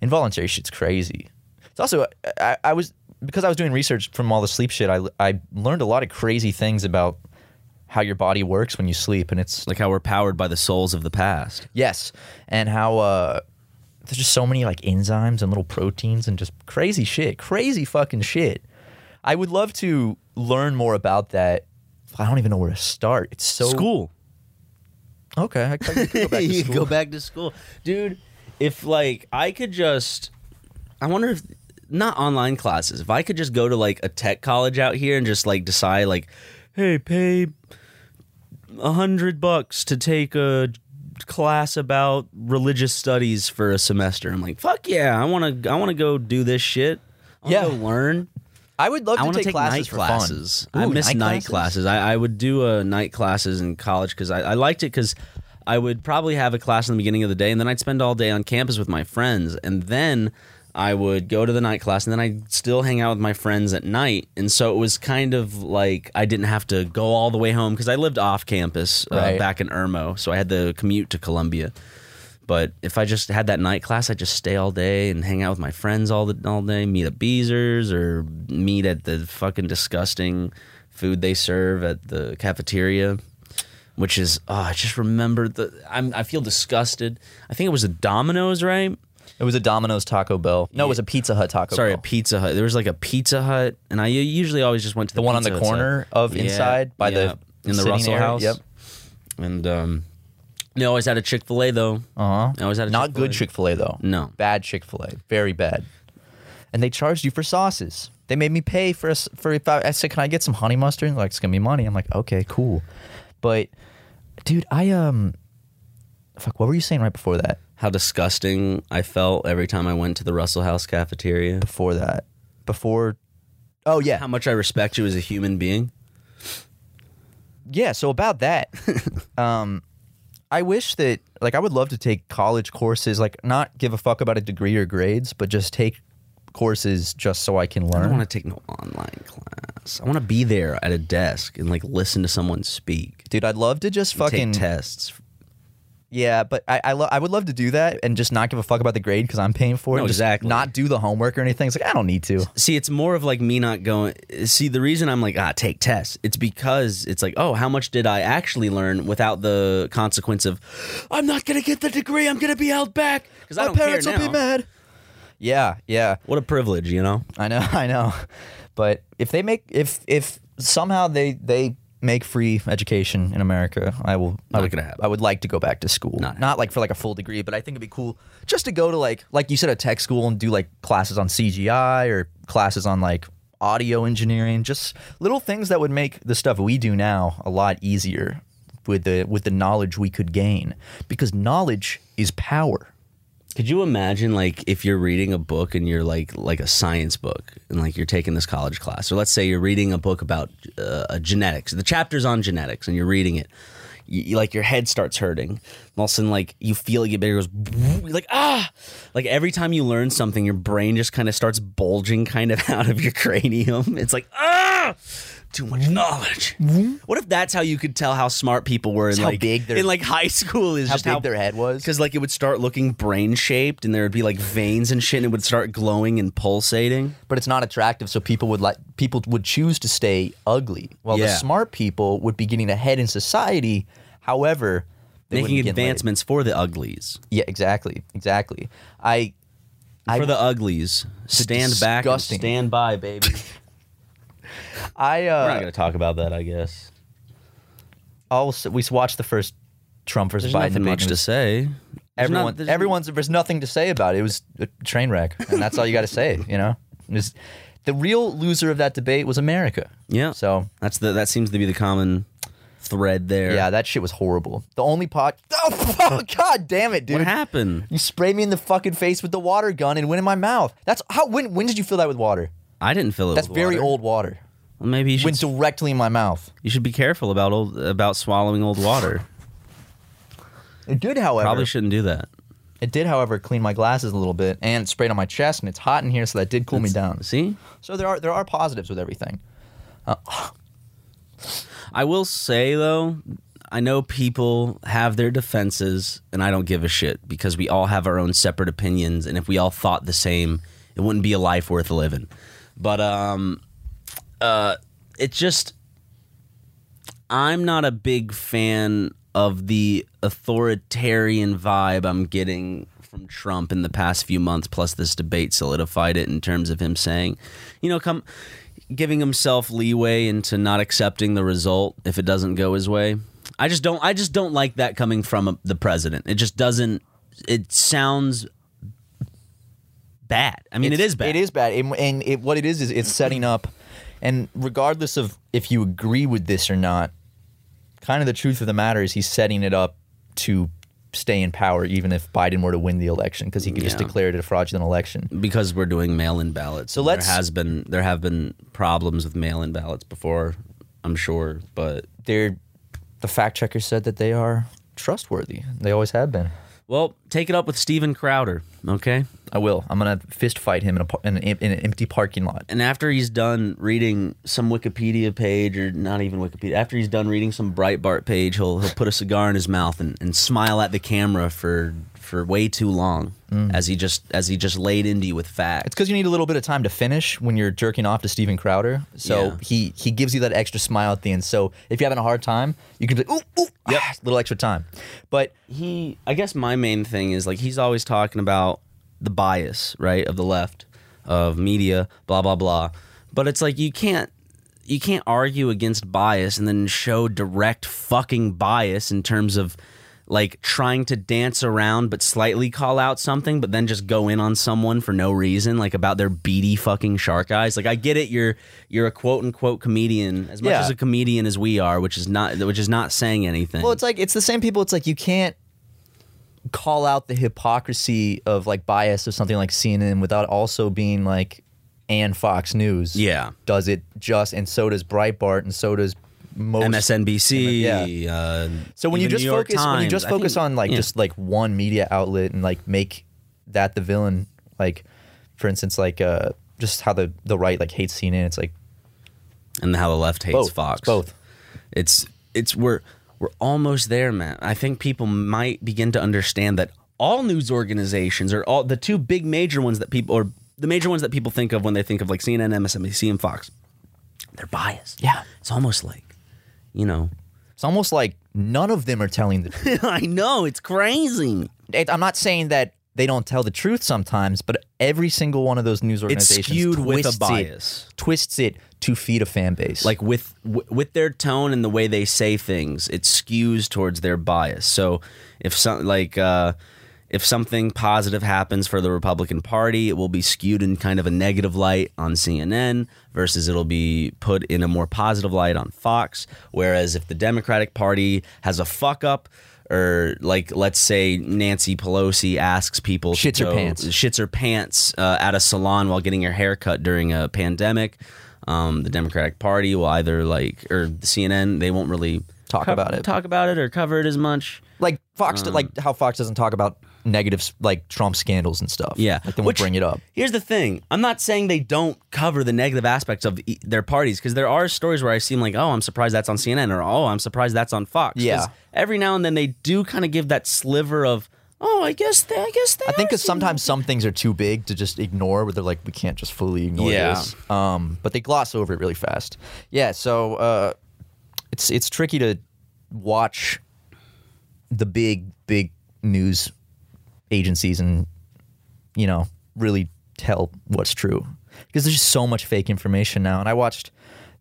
Speaker 2: Involuntary shit's crazy. It's also I- I, I was because I was doing research from all the sleep shit. I I learned a lot of crazy things about how your body works when you sleep, and it's
Speaker 3: Like how we're powered by the souls of the past.
Speaker 2: Yes, and how uh, there's just so many like enzymes and little proteins and just crazy shit, crazy fucking shit. I would love to learn more about that. I don't even know where to start. It's so
Speaker 3: School.
Speaker 2: Okay, I, I could go back to
Speaker 3: you
Speaker 2: school.
Speaker 3: go back to school, dude. If like I could just, I wonder if not online classes. If I could just go to like a tech college out here and just like decide like, hey, pay a hundred bucks to take a class about religious studies for a semester. I'm like, fuck yeah, I want to. I want to go do this shit. I
Speaker 2: Yeah.
Speaker 3: want to learn.
Speaker 2: I would love
Speaker 3: I
Speaker 2: to
Speaker 3: want
Speaker 2: take, classes
Speaker 3: night
Speaker 2: for fun.
Speaker 3: classes. I
Speaker 2: Ooh,
Speaker 3: miss night, classes. I, I would do uh, night classes in college because I, I liked it because I would probably have a class in the beginning of the day and then I'd spend all day on campus with my friends and then I would go to the night class and then I'd still hang out with my friends at night. And so it was kind of like I didn't have to go all the way home because I lived off campus uh,
Speaker 2: Right.
Speaker 3: back in Irmo. So I had to commute to Columbia. But if I just had that night class, I'd just stay all day and hang out with my friends all the all day, meet at Beezer's or meet at the fucking disgusting food they serve at the cafeteria, which is oh, I just remember the I'm I feel disgusted. I think it was a Domino's, right?
Speaker 2: It was a Domino's Taco Bell. No, it was a Pizza Hut Taco
Speaker 3: Sorry, a
Speaker 2: Bell.
Speaker 3: Pizza Hut. There was like a Pizza Hut, and I u- usually always just went to the,
Speaker 2: the one on the
Speaker 3: Pizza Hut's
Speaker 2: corner
Speaker 3: side.
Speaker 2: of
Speaker 3: Yeah,
Speaker 2: inside by
Speaker 3: yeah,
Speaker 2: the
Speaker 3: in the
Speaker 2: sitting
Speaker 3: Russell
Speaker 2: area.
Speaker 3: House.
Speaker 2: Yep.
Speaker 3: and um, they always had a Chick Fil A though.
Speaker 2: Uh-huh.
Speaker 3: I always had a
Speaker 2: Not good
Speaker 3: Chick-fil-A.
Speaker 2: Chick Fil A though.
Speaker 3: No.
Speaker 2: bad Chick Fil A, very bad. And they charged you for sauces. They made me pay for a s for if I, I said, "Can I get some honey mustard?" Like it's gonna be money. I'm like, okay, cool. But dude, I um, fuck, what were you saying right before that?
Speaker 3: how disgusting I felt every time I went to the Russell House cafeteria.
Speaker 2: Before that, before. Oh yeah,
Speaker 3: How much I respect you as a human being.
Speaker 2: yeah so about that um i wish that like i would love to take college courses like not give a fuck about a degree or grades but just take courses just so i can
Speaker 3: I don't
Speaker 2: learn
Speaker 3: want to take no online class. I want to be there at a desk and like listen to someone speak.
Speaker 2: dude i'd love to just fucking
Speaker 3: take tests.
Speaker 2: yeah but i I, lo- I would love to do that and just not give a fuck about the grade because i'm paying for it
Speaker 3: No,
Speaker 2: and just
Speaker 3: exactly.
Speaker 2: not do the homework or anything it's like i don't need to
Speaker 3: See, it's more of like me not going. See, the reason I'm like, ah, take tests, it's because it's like, oh, how much did I actually learn without the consequence of, I'm not gonna get the degree, I'm gonna be held back because I
Speaker 2: my
Speaker 3: don't care
Speaker 2: parents will be
Speaker 3: now.
Speaker 2: mad yeah yeah
Speaker 3: What a privilege, you know.
Speaker 2: I know, I know. But if they make if if somehow they they make free education in America, I will I
Speaker 3: Not
Speaker 2: would,
Speaker 3: gonna happen.
Speaker 2: I would like to go back to school.
Speaker 3: Not
Speaker 2: Not like for like a full degree, but I think it'd be cool just to go to like like you said a tech school and do like classes on CGI or classes on like audio engineering, just little things that would make the stuff we do now a lot easier with the with the knowledge we could gain because knowledge is power.
Speaker 3: Could you imagine like if you're reading a book and you're like like a science book and like you're taking this college class or let's say you're reading a book about uh, genetics the chapter's on genetics and you're reading it you, you- like your head starts hurting and all of a sudden like you feel it get bigger it goes you're like ah like every time you learn something your brain just kind of starts bulging kind of out of your cranium it's like ah too
Speaker 2: Mm-hmm.
Speaker 3: much knowledge what if that's how you could tell how smart people were in
Speaker 2: how
Speaker 3: like
Speaker 2: big their-
Speaker 3: in like high school is
Speaker 2: How
Speaker 3: just
Speaker 2: big
Speaker 3: how
Speaker 2: their head was.
Speaker 3: because like it would start looking brain shaped and there would be like veins and shit and it would start glowing and pulsating.
Speaker 2: but it's not attractive. So people would like people would choose to stay ugly, while the
Speaker 3: Yeah.
Speaker 2: smart people would be getting ahead in society. However, they
Speaker 3: Making
Speaker 2: wouldn't get laid.
Speaker 3: advancements for the uglies.
Speaker 2: Yeah, exactly, exactly. I I-
Speaker 3: for the uglies. Stand back and
Speaker 2: disgusting.
Speaker 3: stand by, baby.
Speaker 2: I uh,
Speaker 3: We're not gonna talk about that, I guess.
Speaker 2: also we watched the first Trump versus
Speaker 3: There's
Speaker 2: Biden
Speaker 3: nothing
Speaker 2: debate, and
Speaker 3: much
Speaker 2: it
Speaker 3: to
Speaker 2: was-
Speaker 3: say. There's
Speaker 2: Everyone,
Speaker 3: not- there's-
Speaker 2: everyone's there's nothing to say about it. It was a train wreck, and that's all you got to say. You know, It was- the real loser of that debate was America.
Speaker 3: Yeah.
Speaker 2: So
Speaker 3: That's the that seems to be the common thread there.
Speaker 2: yeah, that shit was horrible. The only pot. Oh god damn it, dude!
Speaker 3: What happened?
Speaker 2: You spray me in the fucking face with the water gun and went in my mouth. That's how. When when did you fill that with water?
Speaker 3: I didn't fill it.
Speaker 2: That's
Speaker 3: with
Speaker 2: very
Speaker 3: water.
Speaker 2: old water.
Speaker 3: Well, maybe you should
Speaker 2: Went directly in my mouth.
Speaker 3: you should be careful about old about swallowing old water.
Speaker 2: It did, however,
Speaker 3: Probably shouldn't do that.
Speaker 2: it did, however, clean my glasses a little bit and it sprayed on my chest. And it's hot in here, so that did cool me down.
Speaker 3: See?
Speaker 2: So there are there are positives with everything.
Speaker 3: I will say though, I know people have their defenses, and I don't give a shit because we all have our own separate opinions. And if we all thought the same, it wouldn't be a life worth living. But um, uh, it's just I'm not a big fan of the authoritarian vibe I'm getting from Trump in the past few months. Plus, this debate solidified it in terms of him saying, you know, come giving himself leeway into not accepting the result if it doesn't go his way. I just don't. I just don't like that coming from a, the president. It just doesn't. It sounds bad. I mean, it
Speaker 2: It's-
Speaker 3: is bad.
Speaker 2: It is bad. And, and it, what it is is it's setting up, and regardless of if you agree with this or not, kind of the truth of the matter is he's setting it up to stay in power, even if Biden were to win the election, because he could just
Speaker 3: Yeah.
Speaker 2: declare it a fraudulent election.
Speaker 3: because we're doing mail-in ballots. So
Speaker 2: let's-
Speaker 3: there has been there have been problems with mail-in ballots before, I'm sure, but
Speaker 2: They're, the fact checker said that they are trustworthy. They always have been.
Speaker 3: well, take it up with Steven Crowder, okay?
Speaker 2: I will. I'm gonna fist fight him in a par- in an, em- in an empty parking lot.
Speaker 3: And after he's done reading some Wikipedia page or not even Wikipedia, after he's done reading some Breitbart page, he'll he'll put a cigar in his mouth and, and smile at the camera for for way too long as he just as he just laid into you with
Speaker 2: It's
Speaker 3: facts.
Speaker 2: because you need a little bit of time to finish when you're jerking off to Steven Crowder. So
Speaker 3: Yeah.
Speaker 2: he he gives you that extra smile at the end. So if you're having a hard time, you can be like, ooh, ooh, yep, little extra time. But
Speaker 3: he i guess my main thing is like he's always talking about the bias right of the left of media blah blah blah but it's like you can't you can't argue against bias and then show direct fucking bias in terms of like trying to dance around but slightly call out something but then just go in on someone for no reason like about their beady fucking shark eyes like i get it you're you're a quote unquote comedian as much
Speaker 2: Yeah.
Speaker 3: as a comedian as we are which is not which is not saying anything
Speaker 2: well, it's like it's the same people. It's like you can't call out the hypocrisy of like bias of something like CNN without also being like, and Fox News,
Speaker 3: Yeah.
Speaker 2: does it just, and so does Breitbart, and so does most
Speaker 3: MSNBC.
Speaker 2: Yeah.
Speaker 3: Uh,
Speaker 2: So when you
Speaker 3: even
Speaker 2: just
Speaker 3: New York
Speaker 2: focus when you
Speaker 3: Times,
Speaker 2: just
Speaker 3: I
Speaker 2: focus
Speaker 3: think-
Speaker 2: on like
Speaker 3: yeah.
Speaker 2: just like one media outlet and like make that the villain, like for instance, like uh just how the the right like hates CNN. It's like
Speaker 3: and how the left hates
Speaker 2: both
Speaker 3: Fox.
Speaker 2: It's both.
Speaker 3: It's it's we're we're almost there, man. I think people might begin to understand that all news organizations or all the two big major ones that people or the major ones that people think of when they think of like CNN, MSNBC, and Fox, they're biased.
Speaker 2: Yeah.
Speaker 3: it's almost like you know.
Speaker 2: It's almost like none of them are telling the truth.
Speaker 3: I know it's crazy.
Speaker 2: It- I'm not saying that they don't tell the truth sometimes, but every single one of those news organizations
Speaker 3: skewed with a
Speaker 2: twists it-
Speaker 3: bias.
Speaker 2: twists it to feed a fan base.
Speaker 3: like with w- with their tone and the way they say things it skews towards their bias so if some like uh if something positive happens for the Republican Party, it will be skewed in kind of a negative light on CNN versus it'll be put in a more positive light on Fox. Whereas if the Democratic Party has a fuck up, or like let's say Nancy Pelosi asks people to
Speaker 2: Shits her
Speaker 3: go-
Speaker 2: pants.
Speaker 3: shits her pants uh, at a salon while getting her hair cut during a pandemic. Um, the Democratic Party will either like or CNN they won't really
Speaker 2: Talk about it.
Speaker 3: talk about it or cover it as much.
Speaker 2: like Fox,
Speaker 3: um,
Speaker 2: like how Fox doesn't talk about negatives like Trump scandals and stuff.
Speaker 3: Yeah,
Speaker 2: like they won't
Speaker 3: Which-
Speaker 2: bring it up.
Speaker 3: Here's the thing: I'm not saying they don't cover the negative aspects of e- their parties because there are stories where I seem like, oh, I'm surprised that's on CNN or oh, I'm surprised that's on Fox. 'Cause
Speaker 2: Yeah.
Speaker 3: every now and then they do kind of give that sliver of, oh, I guess they, I guess they.
Speaker 2: I think
Speaker 3: are
Speaker 2: because
Speaker 3: seeing
Speaker 2: sometimes some things are too big to just ignore, where they're like, we can't just fully ignore
Speaker 3: Yeah.
Speaker 2: this. Um, but they gloss over it really fast. Yeah, so uh, it's it's tricky to watch the big big news agencies and you know really tell what's true because there's just so much fake information now. And I watched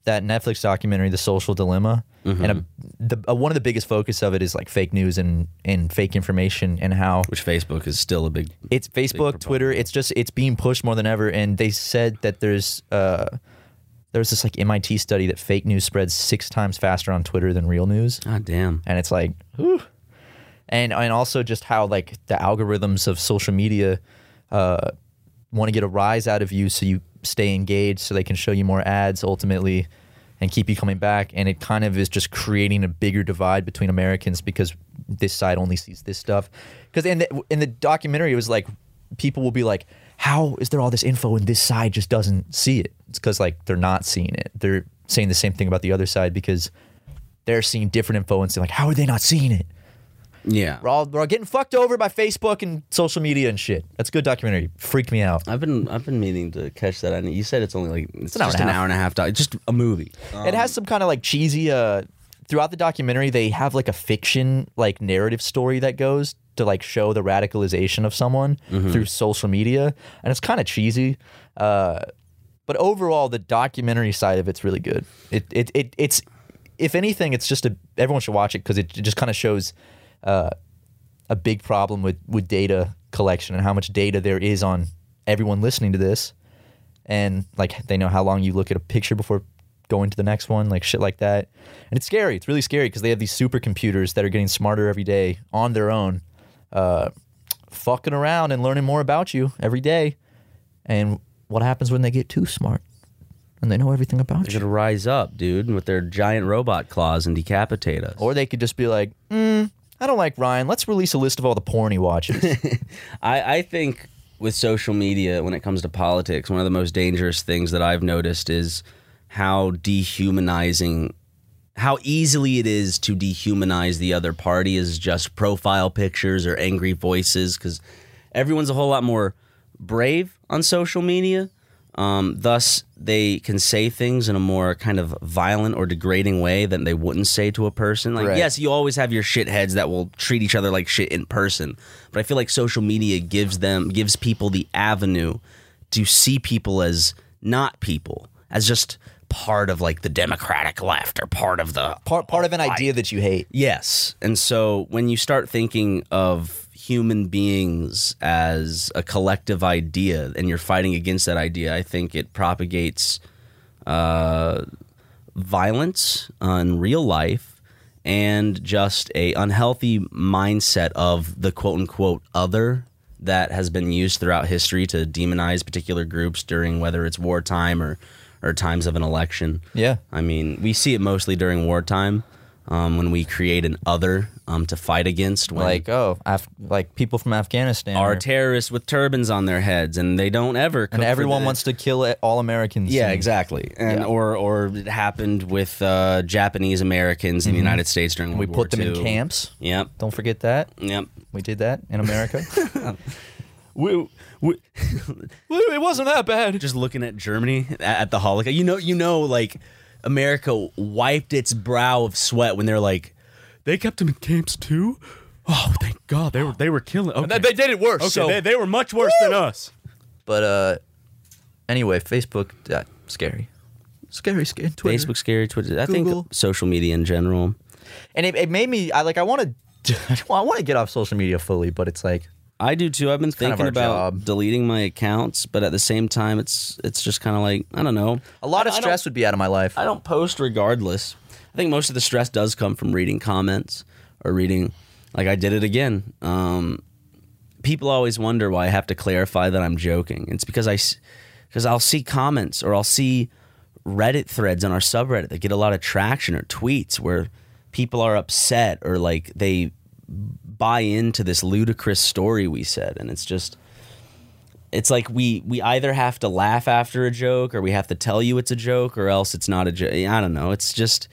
Speaker 2: that Netflix documentary, The Social Dilemma, and a, the, a, one of the biggest focus of it is like fake news and and fake information and how
Speaker 3: which Facebook is still a big.
Speaker 2: it's Facebook, Twitter. It's just it's being pushed more than ever. And they said that there's uh there's this like MIT study that fake news spreads six times faster on Twitter than real news.
Speaker 3: God damn.
Speaker 2: And it's like, whew. and and also just how like the algorithms of social media uh want to get a rise out of you so you stay engaged so they can show you more ads ultimately and keep you coming back and it kind of is just creating a bigger divide between Americans because this side only sees this stuff because in the, in the documentary it was like people will be like how is there all this info and this side just doesn't see it it's because like they're not seeing it they're saying the same thing about the other side because they're seeing different info and saying like, how are they not seeing it?
Speaker 3: Yeah.
Speaker 2: We're all, we're all getting fucked over by Facebook and social media and shit. That's a good documentary. Freaked me out.
Speaker 3: I've been I've been meaning to catch that. I you said it's only like it's,
Speaker 2: an hour
Speaker 3: just
Speaker 2: and
Speaker 3: an
Speaker 2: a half.
Speaker 3: hour and a half. doc- Just a movie.
Speaker 2: it has some kind of like cheesy. Uh, throughout the documentary, they have like a fiction like narrative story that goes to like show the radicalization of someone through social media, and it's kind of cheesy. Uh, but overall, the documentary side of it's really good. It it, it it's if anything, it's just a everyone should watch it because it, it just kind of shows uh, a big problem with with data collection and how much data there is on everyone listening to this and like they know how long you look at a picture before going to the next one, like shit like that. And it's scary. It's really scary because they have these supercomputers that are getting smarter every day on their own, uh, fucking around and learning more about you every day. And what happens when they get too smart and they know everything about
Speaker 3: They're
Speaker 2: you?
Speaker 3: gonna rise up, dude, with their giant robot claws and decapitate us.
Speaker 2: Or they could just be like, mm, I don't like Ryan. Let's release a list of all the porn he watches.
Speaker 3: I, I think with social media, when it comes to politics, one of the most dangerous things that I've noticed is how dehumanizing, how easily it is to dehumanize the other party is just profile pictures or angry voices because everyone's a whole lot more brave on social media. Um, thus, they can say things in a more kind of violent or degrading way than they wouldn't say to a person. Like,
Speaker 2: Right.
Speaker 3: yes, you always have your shitheads that will treat each other like shit in person. But I feel like social media gives them gives people the avenue to see people as not people, as just part of like the democratic left or part of the
Speaker 2: part part of an idea that you hate.
Speaker 3: Yes. And so when you start thinking of human beings as a collective idea and you're fighting against that idea, I think it propagates uh, violence on real life and just a unhealthy mindset of the quote unquote other that has been used throughout history to demonize particular groups during whether it's wartime or or times of an election.
Speaker 2: Yeah.
Speaker 3: I mean, we see it mostly during wartime um, when we create an other um, to fight against, when
Speaker 2: Like, oh, Af- like people from Afghanistan.
Speaker 3: our
Speaker 2: or-
Speaker 3: terrorists with turbans on their heads, and they don't ever. cook
Speaker 2: and
Speaker 3: for
Speaker 2: everyone
Speaker 3: the-
Speaker 2: wants to kill e, all Americans.
Speaker 3: Yeah,
Speaker 2: and-
Speaker 3: exactly. And or or it happened with uh, Japanese Americans in the United States during
Speaker 2: Mm-hmm. We
Speaker 3: World War
Speaker 2: put them in
Speaker 3: II.
Speaker 2: camps.
Speaker 3: Yep.
Speaker 2: Don't forget that.
Speaker 3: Yep.
Speaker 2: We did that in America.
Speaker 3: We, we,
Speaker 2: it wasn't that bad.
Speaker 3: just looking at Germany at, at the Holocaust. You know, you know, like America wiped its brow of sweat when they're like, they kept them in camps too. Oh, thank God they were they were killing. Okay.
Speaker 2: They did it worse. so-
Speaker 3: they were much worse than us.
Speaker 2: but uh, anyway, Facebook, uh, scary. Scary, scary. Twitter.
Speaker 3: Facebook scary, Twitter. I
Speaker 2: Google.
Speaker 3: think social media in general.
Speaker 2: And it, it made me, I like, I want to, I want to get off social media fully, but it's like,
Speaker 3: I do too. I've been
Speaker 2: kind of
Speaker 3: thinking
Speaker 2: our
Speaker 3: about
Speaker 2: job.
Speaker 3: deleting my accounts, but at the same time, it's it's just kind of like I don't know.
Speaker 2: a lot of
Speaker 3: I- I don't-
Speaker 2: stress would be out of my life.
Speaker 3: I don't post regardless. I think most of the stress does come from reading comments or reading. Like I did it again. Um, people always wonder why I have to clarify that I'm joking. It's because I, because I'll see comments or I'll see Reddit threads on our subreddit that get a lot of traction or tweets where people are upset or like they buy into this ludicrous story we said, and it's just it's like we we either have to laugh after a joke or we have to tell you it's a joke or else it's not a joke. I don't know. It's just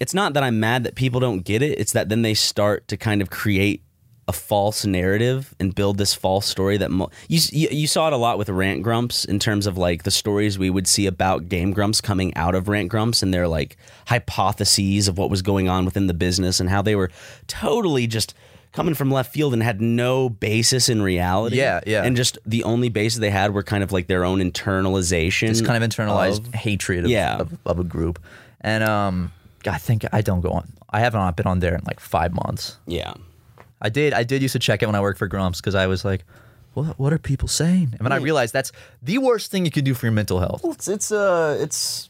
Speaker 3: it's not that I'm mad that people don't get it. It's that then they start to kind of create a false narrative and build this false story that mo- you, s- you you saw it a lot with Rant Grumps in terms of like the stories we would see about Game Grumps coming out of Rant Grumps and their like hypotheses of what was going on within the business and how they were totally just coming from left field and had no basis in reality.
Speaker 2: Yeah, yeah.
Speaker 3: And just the only bases they had were kind of like their own internalization.
Speaker 2: It's kind of internalized hatred of,
Speaker 3: Yeah.
Speaker 2: of, of a group. And um, I think I don't go on. I have not been on there in like five months.
Speaker 3: yeah.
Speaker 2: I did. I did used to check it when I worked for Grumps because I was like, "What? What are people saying?" And then I realized that's the worst thing you can do for your mental health.
Speaker 3: It's it's uh it's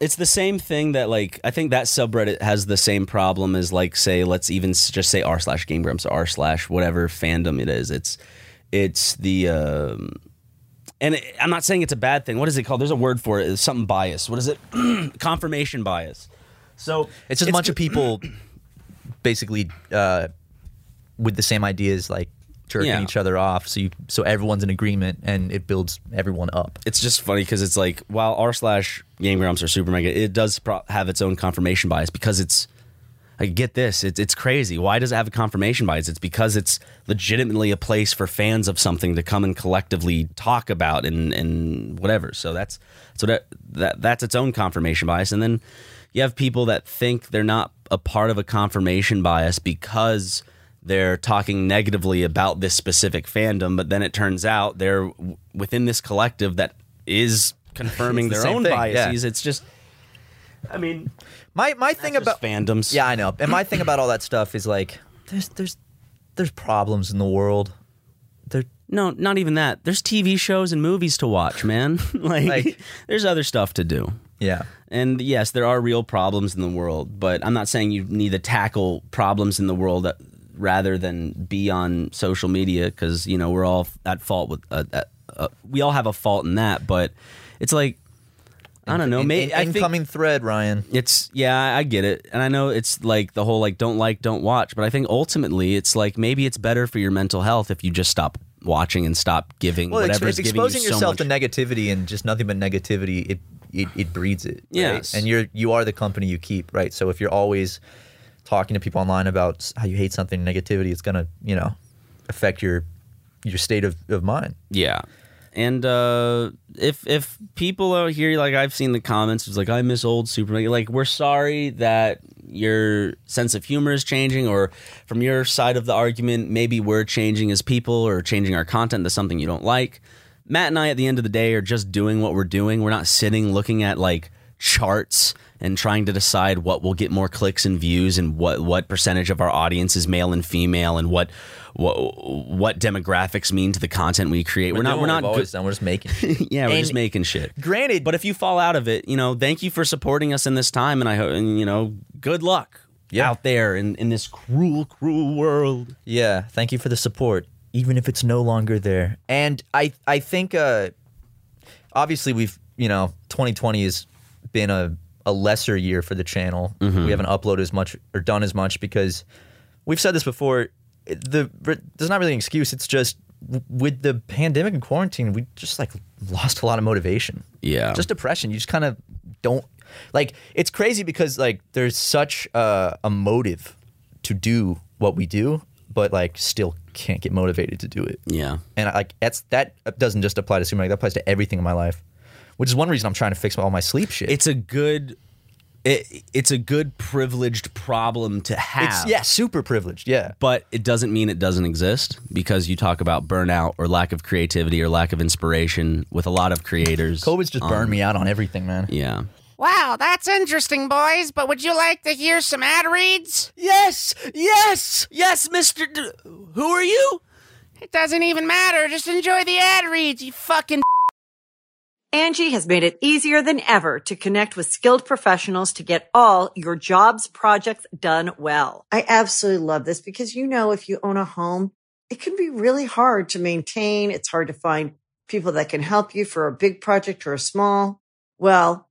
Speaker 3: it's the same thing that like I think that subreddit has the same problem as like say let's even s- just say r slash Game Grumps r slash whatever fandom it is. It's it's the um, and it, I'm not saying it's a bad thing. What is it called? There's a word for it. It's something bias. What is it? Confirmation bias. So
Speaker 2: It's just a bunch of people, basically, uh, with the same ideas, like jerking
Speaker 3: Yeah.
Speaker 2: each other off, so you so everyone's in agreement and it builds everyone up.
Speaker 3: it's just funny because it's like while r slash Game Grumps are super mega, it does pro- have its own confirmation bias because it's. I get this. It's it's crazy. Why does it have a confirmation bias? It's because it's legitimately a place for fans of something to come and collectively talk about and and whatever. So that's so that that that's its own confirmation bias. And then you have people that think they're not a part of a confirmation bias because they're talking negatively about this specific fandom, but then it turns out they're w- within this collective that is confirming
Speaker 2: It's the
Speaker 3: their
Speaker 2: same
Speaker 3: own
Speaker 2: thing, yeah.
Speaker 3: biases. It's just, I mean,
Speaker 2: My my thing
Speaker 3: just
Speaker 2: about
Speaker 3: fandoms.
Speaker 2: Yeah, I know. And my thing about all that stuff is like there's there's there's problems in the world. There
Speaker 3: No, not even that. There's TV shows and movies to watch, man. like,
Speaker 2: Like-
Speaker 3: there's other stuff to do.
Speaker 2: yeah.
Speaker 3: And yes, there are real problems in the world, but I'm not saying you need to tackle problems in the world that, rather than be on social media because you know we're all at fault with uh, uh, uh, we all have a fault in that. But it's like I don't know.
Speaker 2: In-
Speaker 3: Maybe
Speaker 2: in-
Speaker 3: I think
Speaker 2: incoming thread, Ryan.
Speaker 3: it's yeah, I- I get it, and I know it's like the whole like don't like, don't watch. But I think ultimately, it's like maybe it's better for your mental health if you just stop watching and stop giving
Speaker 2: Well, it's,
Speaker 3: whatever
Speaker 2: it's
Speaker 3: is giving you
Speaker 2: exposing
Speaker 3: so
Speaker 2: yourself
Speaker 3: much-
Speaker 2: to negativity and just nothing but negativity. It it, it breeds it. right?
Speaker 3: Yes.
Speaker 2: and you're you are the company you keep, right? So if you're always talking to people online about s- how you hate something, negativity, it's gonna you know affect your your state of, of mind.
Speaker 3: Yeah. And uh, if if people out here like I've seen the comments, it's like I miss old Superman. Like we're sorry that your sense of humor is changing, or from your side of the argument, maybe we're changing as people or changing our content to something you don't like. Matt and I, at the end of the day, are just doing what we're doing. We're not sitting looking at like charts and trying to decide what will get more clicks and views and what what percentage of our audience is male and female and what what what demographics mean to the content we create. We're, not
Speaker 2: doing
Speaker 3: we're
Speaker 2: what
Speaker 3: not
Speaker 2: we've always done. We're just making. shit.
Speaker 3: good- yeah, we're just
Speaker 2: And-
Speaker 3: making shit.
Speaker 2: Granted,
Speaker 3: But if you fall out of it, you know, thank you for supporting us in this time and I hope and you know, good luck
Speaker 2: Yeah.
Speaker 3: out there in in this cruel cruel world.
Speaker 2: Yeah, thank you for the support, even if it's no longer there. And I, I think, uh, obviously, we've you know, 2020 has been a a lesser year for the channel. We haven't uploaded as much or done as much because we've said this before. it- The there's not really an excuse. It's just w- with the pandemic and quarantine, we just like lost a lot of motivation.
Speaker 3: Yeah.
Speaker 2: just depression. You just kind of don't like. It's crazy because like there's such uh, a motive to do what we do, but like still can't get motivated to do it.
Speaker 3: Yeah.
Speaker 2: And I, like that's that doesn't just apply to Sumac. That applies to everything in my life, which is one reason I'm trying to fix all my sleep shit.
Speaker 3: It's a good it, it's a good privileged problem to have.
Speaker 2: It's- yeah, super privileged. Yeah,
Speaker 3: but it doesn't mean it doesn't exist because you talk about burnout or lack of creativity or lack of inspiration with a lot of creators.
Speaker 2: COVID's just
Speaker 3: Um,
Speaker 2: burned me out on everything, man.
Speaker 3: Yeah.
Speaker 5: Wow, that's interesting, boys, but would you like to hear some ad reads?
Speaker 3: Yes, yes, yes, Mister. D- who are you?
Speaker 5: It doesn't even matter. Just enjoy the ad reads, you fucking.
Speaker 1: Angie has made it easier than ever to connect with skilled professionals to get all your jobs projects done well. I absolutely love this because, you know, if you own a home, it can be really hard to maintain. It's hard to find people that can help you for a big project or a small. Well,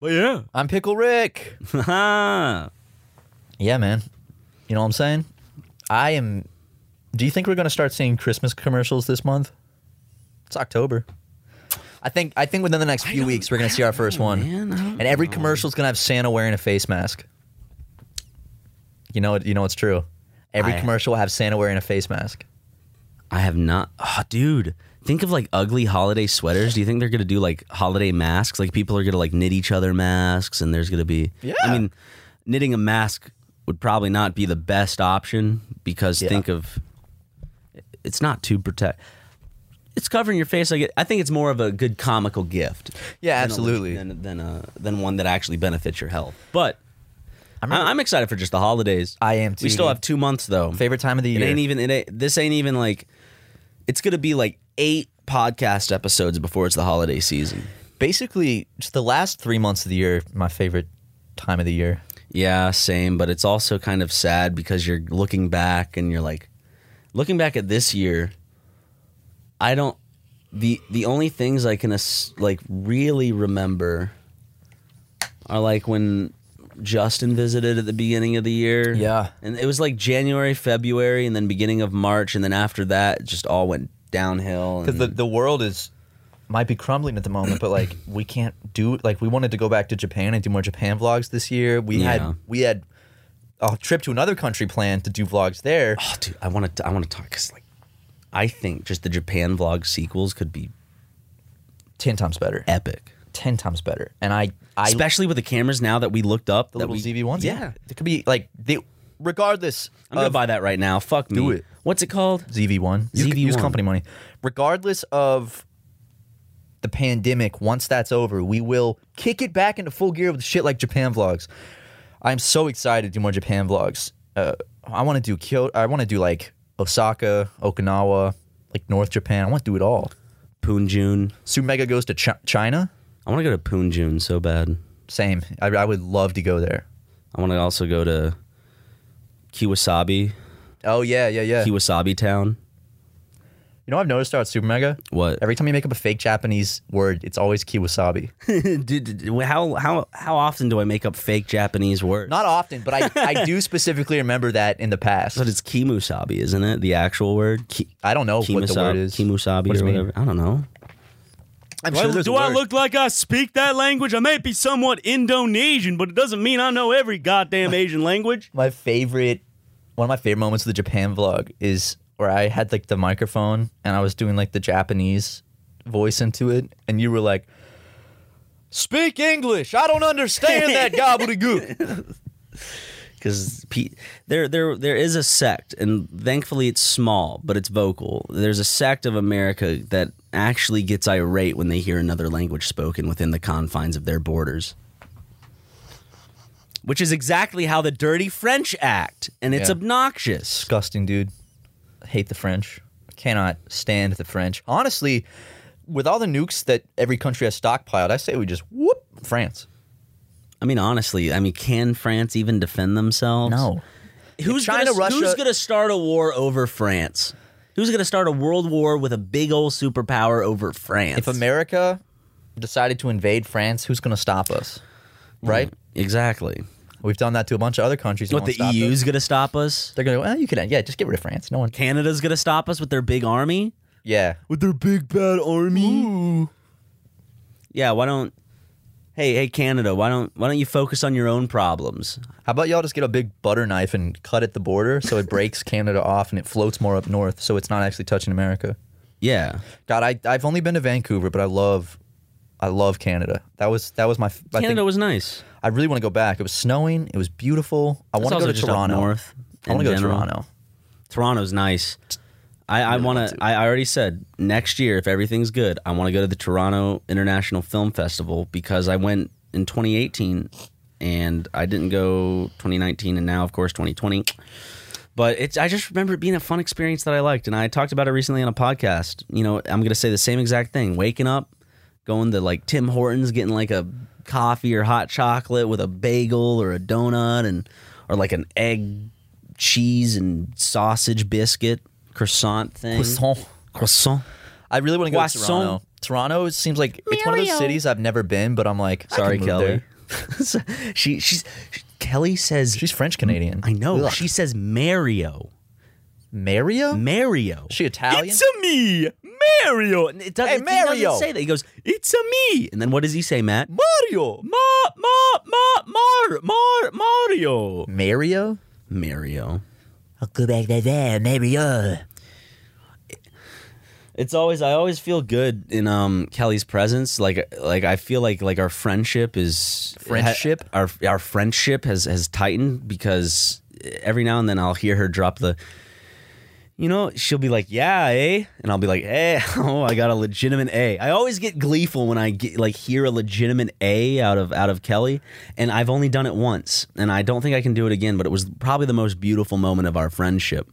Speaker 3: Well, yeah.
Speaker 2: I'm Pickle Rick. Yeah, man. You know what I'm saying? I am. Do you think we're gonna start seeing Christmas commercials this month? It's October. I think I think within the next few weeks we're gonna see our first one,
Speaker 3: man. I don't
Speaker 2: and every commercial's gonna have Santa wearing a face mask. You know, it- you know it's true. Every
Speaker 3: I-
Speaker 2: commercial will have Santa wearing a face mask.
Speaker 3: I have not. Oh, dude. Think of like ugly holiday sweaters. Do you think they're gonna do like holiday masks? Like people are gonna like knit each other masks, and there's gonna be. Yeah. I mean, knitting a mask would probably not be the best option because think of, it's not to protect. It's covering your face. Like it, I think it's more of a good comical gift.
Speaker 2: Yeah,
Speaker 3: than a-
Speaker 2: absolutely.
Speaker 3: Than than, uh, than one that actually benefits your health. But I'm, I'm excited for just the holidays.
Speaker 2: I am too,
Speaker 3: We still
Speaker 2: dude.
Speaker 3: have two months though.
Speaker 2: Favorite time of the
Speaker 3: It
Speaker 2: year.
Speaker 3: ain't even. It ain't, this ain't even like. It's gonna be like eight podcast episodes before it's the holiday season.
Speaker 2: Basically, just the last three months of the year, my favorite time of the year.
Speaker 3: Yeah, same. But it's also kind of sad because you're looking back and you're like, looking back at this year. I don't. the The only things I can ass- like really remember are like when Justin visited at the beginning of the year.
Speaker 2: Yeah.
Speaker 3: and it was like January, February, and then beginning of March, and then after that, it just all went downhill.
Speaker 2: Because
Speaker 3: And,
Speaker 2: the, the world is might be crumbling at the moment, but like we can't do like we wanted to go back to Japan and do more Japan vlogs this year. We
Speaker 3: Yeah.
Speaker 2: had we had a trip to another country planned to do vlogs there.
Speaker 3: Oh, dude, I want to. I want to talk because like, I think just the Japan vlog sequels could be
Speaker 2: Ten times better.
Speaker 3: epic.
Speaker 2: Ten times better. And I I
Speaker 3: Especially with the cameras now that we looked up,
Speaker 2: the
Speaker 3: that
Speaker 2: little
Speaker 3: we-
Speaker 2: ZV ones.
Speaker 3: Yeah,
Speaker 2: it could be like they regardless
Speaker 3: I'm gonna
Speaker 2: of
Speaker 3: buy that right now. Fuck me.
Speaker 2: Do it.
Speaker 3: What's it called?
Speaker 2: ZV1. Use,
Speaker 3: ZV1.
Speaker 2: use company money. Regardless of the pandemic, once that's over, we will kick it back into full gear with shit like Japan vlogs. I'm so excited to do more Japan vlogs. Uh, I want to do Kyoto. I want to do like Osaka, Okinawa, like North Japan. I want to do it all.
Speaker 3: Punjun.
Speaker 2: Sumega goes to Chi China.
Speaker 3: I want to go to Punjun so bad.
Speaker 2: Same. I, I would love to go there.
Speaker 3: I want to also go to Kiwasabi,
Speaker 2: Oh yeah, yeah, yeah.
Speaker 3: Kiwasabi Town.
Speaker 2: You know what I've noticed about Super Mega?
Speaker 3: What?
Speaker 2: Every time you make up a fake Japanese word, it's always kiwasabi.
Speaker 3: Dude, dude, how how how often do I make up fake Japanese words?
Speaker 2: Not often, but I, I do specifically remember that in the past.
Speaker 3: but it's kimusabi, isn't it? The actual word. Ki-
Speaker 2: I don't know what the
Speaker 3: Kimasa-
Speaker 2: word is.
Speaker 3: Kimusabi
Speaker 2: What does
Speaker 3: or
Speaker 2: it mean?
Speaker 3: whatever. I don't know.
Speaker 2: I'm sure there's a word.
Speaker 6: like I speak that language? I may be somewhat Indonesian, but it doesn't mean I know every goddamn Asian language.
Speaker 2: My favorite, one of my favorite moments of the Japan vlog is where I had like the microphone and I was doing like the Japanese voice into it, and you were like, "Speak English. I don't understand that gobbledygook."
Speaker 3: because pe- there there there is a sect, and thankfully it's small, but it's vocal. There's a sect of America that actually gets irate when they hear another language spoken within the confines of their borders. Which is exactly how the dirty French act, and it's
Speaker 2: Yeah.
Speaker 3: obnoxious.
Speaker 2: Disgusting, dude. I hate the French. I cannot stand the French. Honestly, with all the nukes that every country has stockpiled, I say we just whoop France.
Speaker 3: I mean, honestly, I mean, can France even defend themselves? Who's
Speaker 2: China,
Speaker 3: gonna,
Speaker 2: Russia-
Speaker 3: Who's going to start a war over France? Who's going to start a world war with a big old superpower over France?
Speaker 2: If America decided to invade France, who's going to stop us? Right?
Speaker 3: Mm, exactly.
Speaker 2: We've done that to a bunch of other countries. No
Speaker 3: What
Speaker 2: one
Speaker 3: the E
Speaker 2: stopped us.
Speaker 3: EU's going to stop us?
Speaker 2: They're going to go, well, you could, yeah, just get rid of France. No one.
Speaker 3: Canada's going to stop us with their big army?
Speaker 2: Yeah.
Speaker 3: With their big bad army? Yeah, why don't Hey, hey Canada, why don't why don't you focus on your own problems?
Speaker 2: How about y'all just get a big butter knife and cut at the border so it breaks Canada off and it floats more up north so it's not actually touching America?
Speaker 3: Yeah.
Speaker 2: God, I, I've only been to Vancouver, but I love. I love Canada. That was that was my. f- I,
Speaker 3: Canada
Speaker 2: think,
Speaker 3: was nice.
Speaker 2: I really want to go back. It was snowing. It was beautiful. I want to
Speaker 3: also
Speaker 2: go to
Speaker 3: just up
Speaker 2: Toronto.
Speaker 3: north
Speaker 2: I want to go
Speaker 3: in
Speaker 2: to
Speaker 3: general.
Speaker 2: Toronto.
Speaker 3: Toronto's nice. I, I want to. I I already said next year, if everything's good, I want to go to the Toronto International Film Festival because I went in 2018 and I didn't go 2019 and now, of course, 2020. But it's. I just remember it being a fun experience that I liked, and I talked about it recently on a podcast. You know, I'm gonna say the same exact thing. Waking up, going to like Tim Hortons, getting like a coffee or hot chocolate with a bagel or a donut and or like an egg cheese and sausage biscuit croissant thing.
Speaker 2: Croissant.
Speaker 3: Croissant.
Speaker 2: I really want to go to
Speaker 3: Croissant.
Speaker 2: Toronto. Toronto seems like it's one of those cities I've never been, but I'm like,
Speaker 3: Sorry,
Speaker 2: I can move
Speaker 3: Kelly.
Speaker 2: there.
Speaker 3: she she's she- Kelly says
Speaker 2: She's French Canadian.
Speaker 3: I know. She says Mario.
Speaker 2: Mario.
Speaker 3: Mario.
Speaker 2: She Italian.
Speaker 3: a me, Mario. And It doesn't,
Speaker 2: Hey,
Speaker 3: he doesn't
Speaker 2: Mario.
Speaker 3: say that. He goes, "It's a me." And then what does he say, Matt?
Speaker 2: Mario.
Speaker 3: Ma ma ma mar mar Mario.
Speaker 2: Mario.
Speaker 3: Mario.
Speaker 2: I'll go back there, Mario.
Speaker 3: It's always I always feel good in um Kelly's presence. Like like I feel like like our friendship is
Speaker 2: Friendship?
Speaker 3: ha- our our friendship has has tightened because every now and then I'll hear her drop the you know, she'll be like, "Yeah, eh," and I'll be like, "Eh, oh, I got a legitimate A." I always get gleeful when I get like hear a legitimate A out of out of Kelly, and I've only done it once, and I don't think I can do it again. But it was probably the most beautiful moment of our friendship.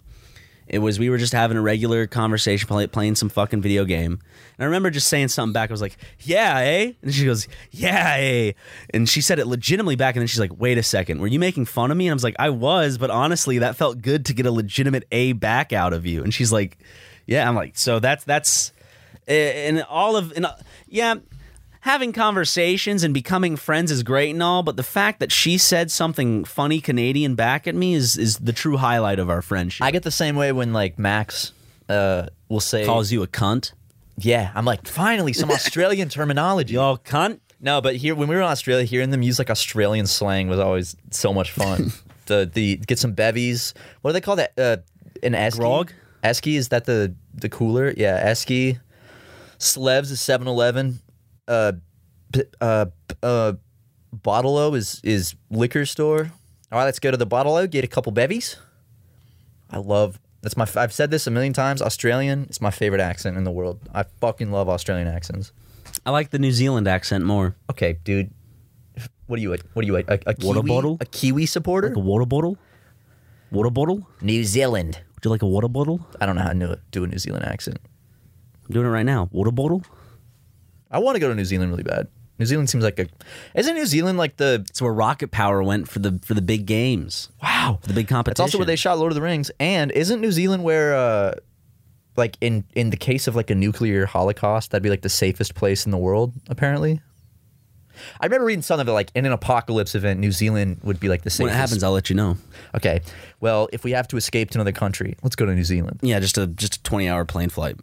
Speaker 3: It was we were just having a regular conversation, play, playing some fucking video game, and I remember just saying something back. I was like, "Yeah, eh," and she goes, "Yeah, eh," and she said it legitimately back, and then she's like, "Wait a second, were you making fun of me?" And I was like, "I was, but honestly, that felt good to get a legitimate A back out of you." And she's like, "Yeah," I'm like, "So that's that's," eh, and all of and uh, yeah. Having conversations and becoming friends is great and all, but the fact that she said something funny Canadian back at me is is the true highlight of our friendship.
Speaker 2: I get the same way when like Max uh, will say,
Speaker 3: calls you a cunt.
Speaker 2: "Yeah," I'm like, "Finally, some Australian terminology."
Speaker 3: Y'all Oh, cunt.
Speaker 2: No, but here when we were in Australia, hearing them use like Australian slang was always so much fun. the the get some bevies. What do they call that? Uh, an esky.
Speaker 3: Grog?
Speaker 2: Esky is that the the cooler? Yeah, esky. Slevs is 7-Eleven. Uh, b- uh, b- uh, bottle o is is liquor store. All right, let's go to the bottle o. Get a couple bevies. I love. That's my. I've said this a million times. Australian is my favorite accent in the world. I fucking love Australian accents.
Speaker 3: I like the New Zealand accent more.
Speaker 2: Okay, dude. What are you? A, what are you? A, a, a
Speaker 3: Water
Speaker 2: Kiwi-
Speaker 3: bottle?
Speaker 2: A Kiwi supporter?
Speaker 3: Like a water bottle? Water bottle? Would
Speaker 2: New Zealand.
Speaker 3: you like a water bottle?
Speaker 2: I don't know how to do a- do a New Zealand accent.
Speaker 3: I'm doing it right now. Water bottle?
Speaker 2: I want to go to New Zealand really bad. New Zealand seems like a. Isn't New Zealand like the?
Speaker 3: It's where Rocket Power went for the for the big games.
Speaker 2: Wow.
Speaker 3: For the big competition.
Speaker 2: That's also where they shot Lord of the Rings. And isn't New Zealand where, uh, like in in the case of like a nuclear holocaust, that'd be like the safest place in the world apparently. I remember reading something of it like in an apocalypse event, New Zealand would be like the safest.
Speaker 3: when it happens, I'll let you know.
Speaker 2: Okay. Well, if we have to escape to another country, let's go to New Zealand.
Speaker 3: Yeah, just a just a twenty hour plane flight.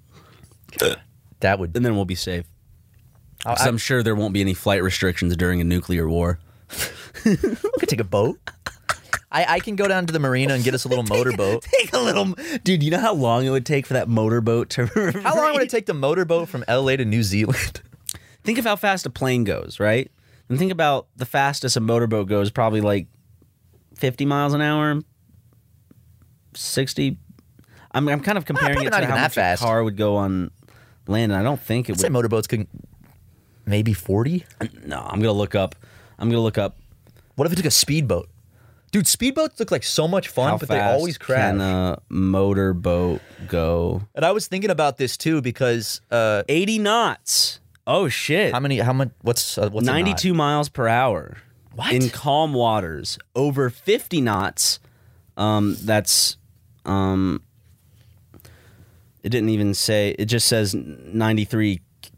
Speaker 2: That would
Speaker 3: And then we'll be safe.
Speaker 2: I-
Speaker 3: 'Cause I'm sure there won't be any flight restrictions during a nuclear war.
Speaker 2: I could take a boat. I, I can go down to the marina and get us a little motorboat.
Speaker 3: Take a little dude, you know how long it would take for that motorboat to
Speaker 2: How long would it take the motorboat from LA to New Zealand?
Speaker 3: think of how fast a plane goes, right? And think about the fastest a motorboat goes, probably like 50 miles an hour, 60. I'm, I'm kind of comparing
Speaker 2: probably
Speaker 3: it
Speaker 2: not
Speaker 3: to
Speaker 2: even
Speaker 3: how
Speaker 2: that
Speaker 3: much
Speaker 2: fast.
Speaker 3: a car would go on land, and I don't think it
Speaker 2: I'd say
Speaker 3: would.
Speaker 2: motorboats could maybe 40.
Speaker 3: No, I'm gonna look up. I'm gonna look up
Speaker 2: What if it took a speedboat? Dude, speedboats look like so much fun,
Speaker 3: how
Speaker 2: but
Speaker 3: fast
Speaker 2: they always crash.
Speaker 3: can uh, a motorboat go.
Speaker 2: and I was thinking about this too because uh,
Speaker 3: 80 knots. Oh shit!
Speaker 2: how many, how much, what's, uh, what's a knot?
Speaker 3: 92 miles per hour
Speaker 2: What?
Speaker 3: in calm waters over 50 knots um that's um it didn't even say it just says 93 k-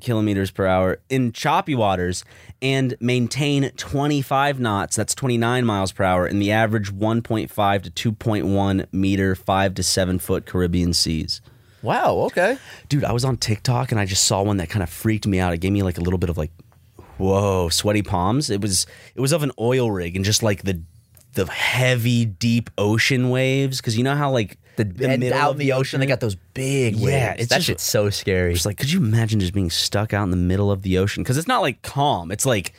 Speaker 3: kilometers per hour in choppy waters and maintain 25 knots that's 29 miles per hour in the average 1.5 to 2.1 meter 5 to 7 foot caribbean seas
Speaker 2: Wow, okay.
Speaker 3: dude, I was on TikTok and I just saw one that kind of freaked me out. It gave me like a little bit of like, whoa, sweaty palms. It was it was of an oil rig and just like the the heavy deep ocean waves because you know how like
Speaker 2: The, and
Speaker 3: middle
Speaker 2: out
Speaker 3: of
Speaker 2: in the ocean, they got those big waves.
Speaker 3: Yeah, it's
Speaker 2: that
Speaker 3: just-
Speaker 2: shit's so scary.
Speaker 3: It's like, could you imagine just being stuck out in the middle of the ocean? Because it's not like calm. It's like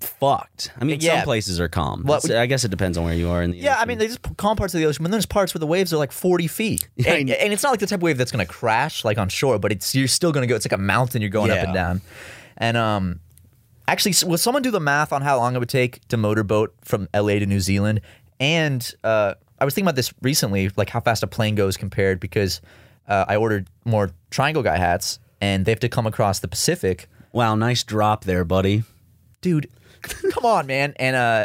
Speaker 3: fucked. I mean,
Speaker 2: Yeah.
Speaker 3: some places are calm.
Speaker 2: What
Speaker 3: It's-
Speaker 2: would-
Speaker 3: I guess it depends on where you are in the
Speaker 2: Yeah, I
Speaker 3: ocean.
Speaker 2: mean, they just p- calm parts of the ocean, but then there's parts where the waves are like 40 feet.
Speaker 3: I
Speaker 2: And,
Speaker 3: know.
Speaker 2: and it's not like the type of wave that's going to crash like on shore, but it's you're still going to go. It's like a mountain you're going up and
Speaker 3: Yeah.
Speaker 2: down. And um, actually, s- will someone do the math on how long it would take to motorboat from LA to New Zealand? And uh, I was thinking about this recently, like how fast a plane goes compared, because uh, I ordered more Triangle Guy hats and they have to come across the Pacific
Speaker 3: wow, nice drop there, buddy.
Speaker 2: dude come on man and uh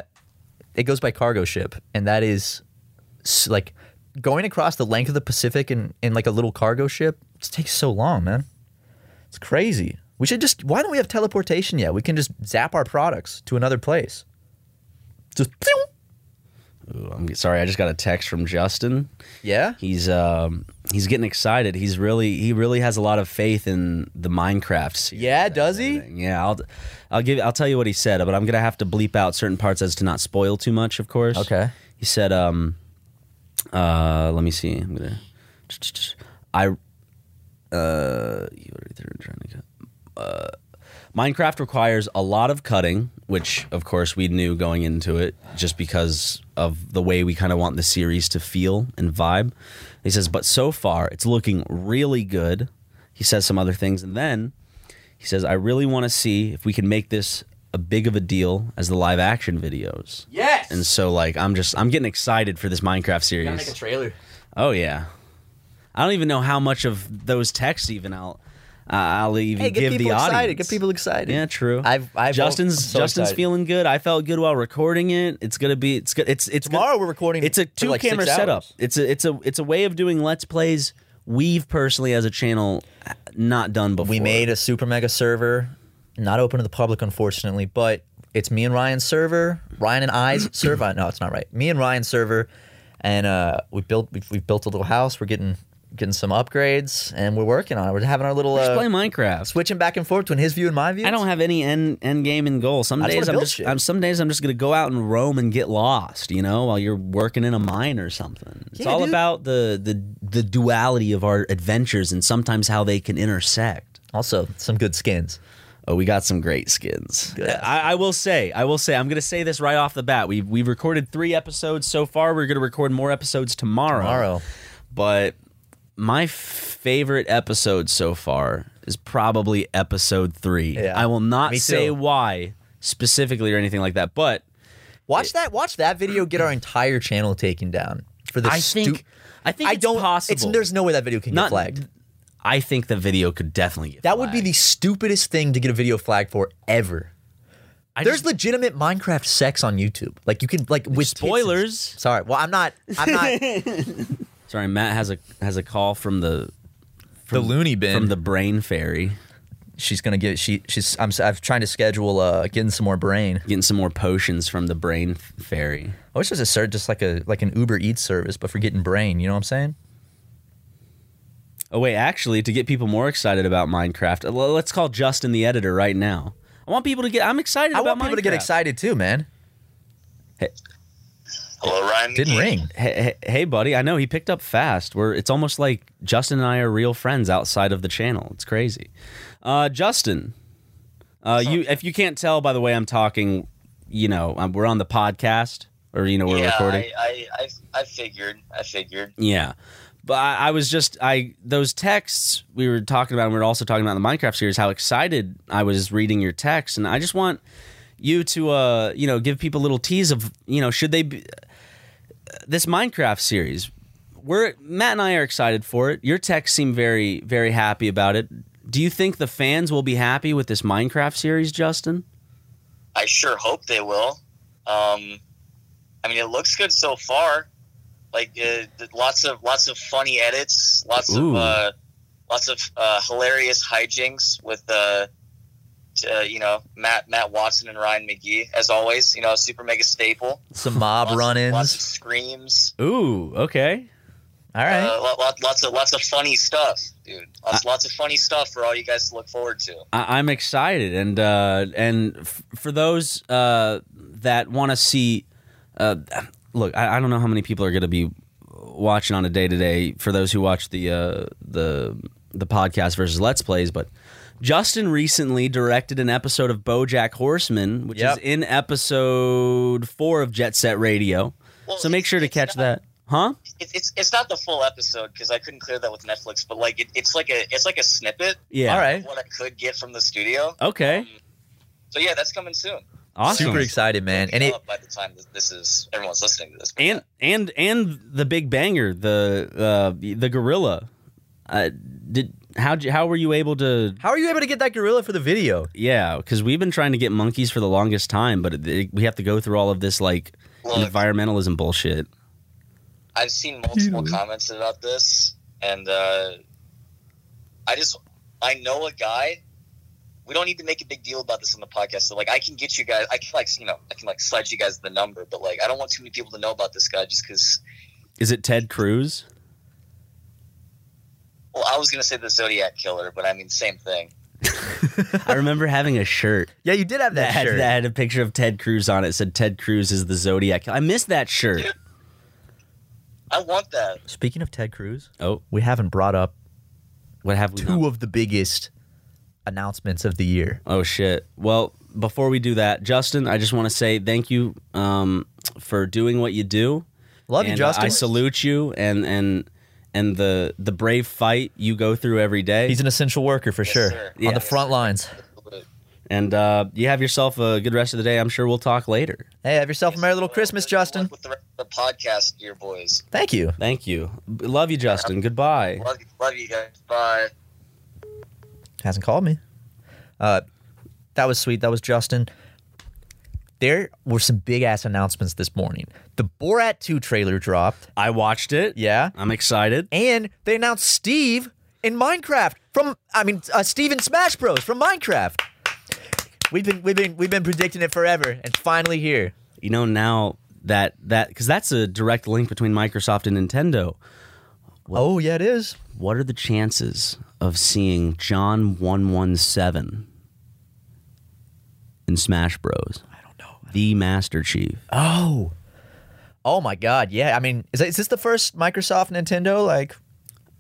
Speaker 2: it goes by cargo ship and that is s- like going across the length of the pacific in, in like a little cargo ship it takes so long man it's crazy we should just why don't we have teleportation yet we can just zap our products to another place just pew!
Speaker 3: Ooh, I'm sorry, I just got a text from Justin.
Speaker 2: yeah
Speaker 3: he's um he's getting excited. He's really he really has a lot of faith in the Minecraft. Series.
Speaker 2: yeah does he
Speaker 3: Yeah, I'll I'll give I'll tell you what he said, but I'm gonna have to bleep out certain parts as to not spoil too much, of course.
Speaker 2: Okay.
Speaker 3: He said, um, uh, let me see. I'm gonna. I uh, you already threw trying to cut. Uh, Minecraft requires a lot of cutting, which of course we knew going into it, just because of the way we kind of want the series to feel and vibe. He says, but so far it's looking really good. He says some other things, and then he says, I really want to see if we can make this a big of a deal as the live action videos. Yes. And so like I'm just I'm getting excited for this Minecraft series.
Speaker 4: trailer.
Speaker 3: Oh yeah, I don't even know how much of those texts even I'll uh, I'll even
Speaker 2: Hey, get
Speaker 3: give
Speaker 2: people
Speaker 3: the audience.
Speaker 2: excited. Get people excited.
Speaker 3: Yeah, true.
Speaker 2: I've- I've-
Speaker 3: Justin's
Speaker 2: I'm so
Speaker 3: Justin's
Speaker 2: excited.
Speaker 3: feeling good. I felt good while recording it. It's gonna be. It's good. It's it's
Speaker 2: Tomorrow
Speaker 3: gonna-
Speaker 2: we're recording
Speaker 3: It's a
Speaker 2: for
Speaker 3: two
Speaker 2: like
Speaker 3: camera
Speaker 2: six
Speaker 3: setup.
Speaker 2: hours.
Speaker 3: It's a it's a it's a way of doing let's plays we've personally as a channel not done before.
Speaker 2: We made a super mega server, not open to the public, unfortunately, but it's me and Ryan's server, Ryan and I's server. No, it's not right. Me and Ryan's server, and uh, we built we've, we've built a little house. We're getting getting some upgrades, and we're working on it. We're having our little
Speaker 3: Just
Speaker 2: uh,
Speaker 3: play Minecraft.
Speaker 2: switching back and forth between his view and my view.
Speaker 3: I don't have any end end game and goal. Some
Speaker 2: I just
Speaker 3: days
Speaker 2: wanna
Speaker 3: I'm
Speaker 2: build
Speaker 3: just
Speaker 2: shit.
Speaker 3: I'm, some days I'm just gonna go out and roam and get lost, you know, while you're working in a mine or something. It's
Speaker 2: Yeah,
Speaker 3: all
Speaker 2: dude.
Speaker 3: about the the the duality of our adventures and sometimes how they can intersect.
Speaker 2: Also, some good skins.
Speaker 3: Oh, we got some great skins.
Speaker 2: Good.
Speaker 3: I, I will say, I will say, I'm gonna say this right off the bat. We've we've recorded three episodes so far. We're gonna record more episodes tomorrow.
Speaker 2: Tomorrow.
Speaker 3: But my favorite episode so far is probably episode three.
Speaker 2: Yeah.
Speaker 3: I will not
Speaker 2: Me
Speaker 3: say
Speaker 2: too.
Speaker 3: why specifically or anything like that, but
Speaker 2: Watch that. Watch that video. Get our entire channel taken down for the
Speaker 3: I
Speaker 2: stu-
Speaker 3: think I think
Speaker 2: I
Speaker 3: it's
Speaker 2: don't.
Speaker 3: possible.
Speaker 2: It's, there's no way that video can
Speaker 3: Not-
Speaker 2: get flagged.
Speaker 3: I think the video could definitely get
Speaker 2: That would be
Speaker 3: flagged.
Speaker 2: the stupidest thing to get a video flagged for ever.
Speaker 3: I
Speaker 2: There's
Speaker 3: just-
Speaker 2: legitimate Minecraft sex on YouTube. Like you can like with tits and-
Speaker 3: spoilers.
Speaker 2: Sorry. Well, I'm not. I'm not.
Speaker 3: Sorry, Matt has a has a call from the
Speaker 2: the loony bin.
Speaker 3: from the brain fairy.
Speaker 2: she's gonna get. She. She's. I'm. s- I'm trying to schedule. Uh, getting some more brain.
Speaker 3: Getting some more potions from the brain fairy.
Speaker 2: I wish there's a service just like a like an Uber Eats service, but for getting brain. You know what I'm saying?
Speaker 3: Oh wait, actually, to get people more excited about Minecraft, uh, l- let's call Justin the editor right now. I want people to get. I'm excited
Speaker 2: I
Speaker 3: about
Speaker 2: want people to get
Speaker 3: Minecraft.
Speaker 2: excited too, man.
Speaker 7: Hello, Ryan.
Speaker 2: Didn't ring.
Speaker 3: Hey, hey, hey, buddy! I know he picked up fast. We're it's almost like Justin and I are real friends outside of the channel. It's crazy. Uh, Justin, uh, you if you can't tell by the way I'm talking, you know um, we're on the podcast or you know we're
Speaker 7: yeah,
Speaker 3: recording.
Speaker 7: I, I, I, I figured. I figured.
Speaker 3: Yeah. But I, I was just I those texts we were talking about and we were also talking about in the Minecraft series how excited I was reading your text and I just want you to uh you know give people a little tease of you know should they be this Minecraft series we're Matt and I are excited for it your texts seem very very happy about it do you think the fans will be happy with this Minecraft series Justin
Speaker 7: I sure hope they will. Um, I mean, it looks good so far. Like uh, th- lots of lots of funny edits, lots
Speaker 3: Ooh.
Speaker 7: of uh, lots of uh, hilarious hijinks with uh, t- uh, you know Matt Matt Watson and Ryan McGee as always. You know, super mega staple.
Speaker 2: Some mob
Speaker 7: Lots of- lots of
Speaker 2: run-ins.
Speaker 7: screams.
Speaker 3: Ooh okay
Speaker 2: All right.
Speaker 7: Uh, lo- lo- lots of lots of funny stuff, dude. Lots, lots of funny stuff for all you guys to look forward to.
Speaker 3: I- I'm excited, and uh, and f- for those uh, that want to see, uh, look, I-, I don't know how many people are going to be watching on a day to day. For those who watch the uh, the the podcast versus Let's Plays, but Justin recently directed an episode of BoJack Horseman, which
Speaker 2: Yep.
Speaker 3: is in episode four of Jet Set Radio.
Speaker 7: Well,
Speaker 3: so make
Speaker 7: it's-
Speaker 3: sure to
Speaker 7: it's
Speaker 3: catch
Speaker 7: not-
Speaker 3: that, huh?
Speaker 7: it, it's it's not the full episode because I couldn't clear that with Netflix, but like it, it's like a it's like a snippet.
Speaker 3: Yeah.
Speaker 2: All right.
Speaker 7: Of what I could get from the studio.
Speaker 3: Okay.
Speaker 7: So yeah, that's coming soon.
Speaker 3: Awesome.
Speaker 2: Um, Super excited, man. And it.
Speaker 7: Up by the time that this is everyone's listening to this,
Speaker 3: and and and the big banger, the uh, the gorilla. Uh, did how how were you able to?
Speaker 2: How are you able to get that gorilla for the video?
Speaker 3: Yeah, because we've been trying to get monkeys for the longest time, but it, it- we have to go through all of this like
Speaker 7: Look.
Speaker 3: environmentalism bullshit.
Speaker 7: I've seen multiple comments about this, and uh, I just I know a guy. We don't need to make a big deal about this on the podcast. So like, I can get you guys. I can like you know I can like slide you guys the number, but like I don't want too many people to know about this guy just because.
Speaker 3: Is it Ted Cruz?
Speaker 7: Well, I was gonna say the Zodiac killer, but I mean same thing.
Speaker 3: I remember having a shirt
Speaker 2: Yeah, you did have
Speaker 3: that
Speaker 2: that,
Speaker 3: had,
Speaker 2: shirt.
Speaker 3: that had a picture of Ted Cruz on it. It Said Ted Cruz is the Zodiac. I missed that shirt.
Speaker 7: I want that.
Speaker 2: Speaking of Ted Cruz,
Speaker 3: Oh,
Speaker 2: we haven't brought up
Speaker 3: What have we done?
Speaker 2: Two of the biggest announcements of the year.
Speaker 3: Oh shit. Well, before we do that, Justin, I just want to say thank you um, for doing what you do.
Speaker 2: Love you,
Speaker 3: And, uh,
Speaker 2: Justin.
Speaker 3: I salute you and and and the the brave fight you go through every day.
Speaker 2: He's an essential worker for sure.
Speaker 7: sir.
Speaker 2: On
Speaker 7: Yeah.
Speaker 2: the front lines.
Speaker 3: and uh, you have yourself a good rest of the day. I'm sure we'll talk later.
Speaker 2: Hey, have yourself a merry little Christmas, Justin.
Speaker 7: With the rest of the podcast, dear boys.
Speaker 2: Thank you.
Speaker 3: Thank you. B- Love you, Justin. Goodbye.
Speaker 7: Love you, love you guys. Bye.
Speaker 2: Hasn't called me. Uh, that was sweet. That was Justin. There were some big ass announcements this morning. The Borat 2 trailer dropped.
Speaker 3: I watched it.
Speaker 2: Yeah.
Speaker 3: I'm excited.
Speaker 2: And they announced Steve in Minecraft from I mean uh, Steve in Smash Bros from Minecraft. We've been we've been we've been predicting it forever and it's finally here.
Speaker 3: you know now that that because that's a direct link between Microsoft and Nintendo.
Speaker 2: Oh yeah, it is.
Speaker 3: What are the chances of seeing John one one seven in Smash Bros? I don't know. The Master Chief.
Speaker 2: Oh. Oh my god. Yeah. I mean, is, that, is this the first Microsoft Nintendo like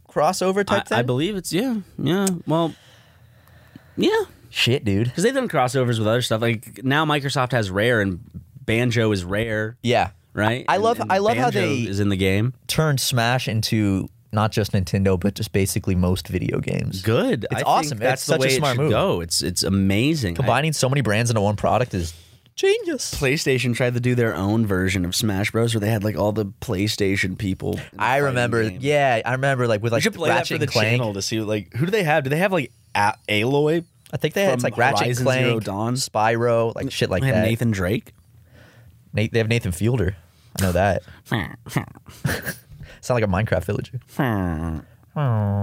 Speaker 2: crossover
Speaker 3: I,
Speaker 2: type thing?
Speaker 3: I believe it's yeah, yeah. Well, yeah,
Speaker 2: Shit, dude.
Speaker 3: because they've done crossovers with other stuff. Like now Microsoft has Rare and Banjo is Rare,
Speaker 2: Yeah.
Speaker 3: right?
Speaker 2: I
Speaker 3: And-
Speaker 2: love-
Speaker 3: and
Speaker 2: I love how
Speaker 3: Banjo
Speaker 2: they-
Speaker 3: is in the game.
Speaker 2: Turned Smash into not just Nintendo, but just basically most video games.
Speaker 3: Good.
Speaker 2: It's
Speaker 3: I think
Speaker 2: awesome.
Speaker 3: That's
Speaker 2: It's
Speaker 3: the
Speaker 2: such a
Speaker 3: way
Speaker 2: smart
Speaker 3: it should
Speaker 2: move.
Speaker 3: go. It's it's amazing. I-
Speaker 2: Combining so many brands into one product is genius.
Speaker 3: PlayStation tried to do their own version of Smash Bros. where they had like all the PlayStation people.
Speaker 2: I remember,
Speaker 3: Game.
Speaker 2: yeah, I remember like with
Speaker 3: We
Speaker 2: like
Speaker 3: should play that
Speaker 2: Ratchet
Speaker 3: for the
Speaker 2: and Clank.
Speaker 3: channel to see like who do they have? Do they have like a- Aloy?
Speaker 2: I think they had it's
Speaker 3: from
Speaker 2: like Ratchet and
Speaker 3: Horizon Zero
Speaker 2: Clank,
Speaker 3: Dawn?
Speaker 2: Spyro, like shit like
Speaker 3: They have
Speaker 2: that.
Speaker 3: Nathan Drake.
Speaker 2: Nate, they have Nathan Fielder. I know that. Sound like a Minecraft villager. They're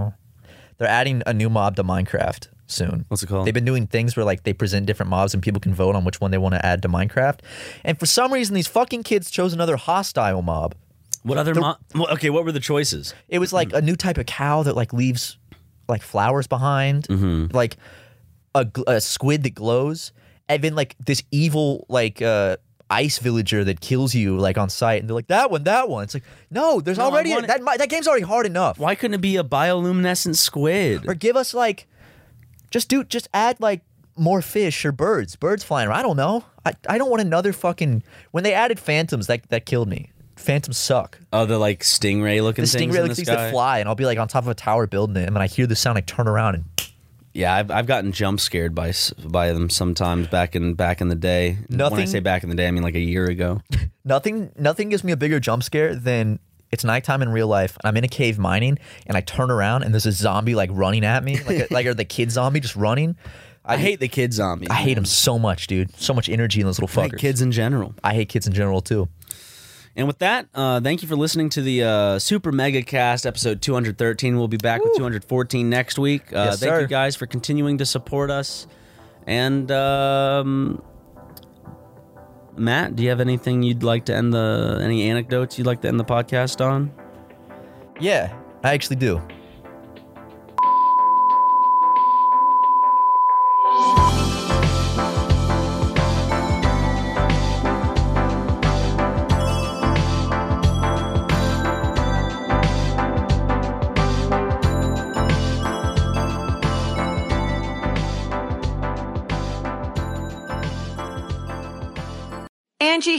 Speaker 2: adding a new mob to Minecraft soon.
Speaker 3: What's it called?
Speaker 2: They've been doing things where like they present different mobs and people can vote on which one they want to add to Minecraft. And for some reason, these fucking kids chose another hostile mob.
Speaker 3: What other? mo- well, okay, what were the choices?
Speaker 2: It was like a new type of cow that like leaves like flowers behind, like a, gl- a squid that glows, and then like this evil like uh, ice villager that kills you like on sight. And they're like that one, that one. It's like no, there's
Speaker 3: I
Speaker 2: already
Speaker 3: want it-
Speaker 2: that mi- that game's already hard enough.
Speaker 3: Why couldn't it be a bioluminescent squid?
Speaker 2: Or give us like just do just add like more fish or birds, birds flying. around. I don't know. I, I don't want another fucking when they added phantoms that that killed me. Phantoms suck
Speaker 3: Oh, the like stingray looking
Speaker 2: the
Speaker 3: things.
Speaker 2: stingray
Speaker 3: in
Speaker 2: like things
Speaker 3: sky?
Speaker 2: that fly, and I'll be like on top of a tower building it, and then I hear the sound, I turn around, and
Speaker 3: Yeah, I've, I've gotten jump scared by s- by them sometimes back in back in the day. When I
Speaker 2: Nothing-
Speaker 3: say back in the day, I mean like a year ago.
Speaker 2: nothing nothing gives me a bigger jump scare than it's nighttime in real life, and I'm in a cave mining, and I turn around, and there's a zombie like running at me, like a, like or the kid zombie just running.
Speaker 3: I hate the kid zombies.
Speaker 2: I hate him so much, dude. So much energy in those little
Speaker 3: I hate
Speaker 2: fuckers.
Speaker 3: kids in general.
Speaker 2: I hate kids in general too.
Speaker 3: And with that, uh, thank you for listening to the uh, Super Mega Cast episode 213. We'll be back with 214 next week. Uh,
Speaker 2: Yes,
Speaker 3: thank
Speaker 2: sir.
Speaker 3: you guys for continuing to support us. And um, Matt, do you have anything you'd like to end the any anecdotes you'd like to end the podcast on?
Speaker 2: Yeah, I actually do.
Speaker 1: Angie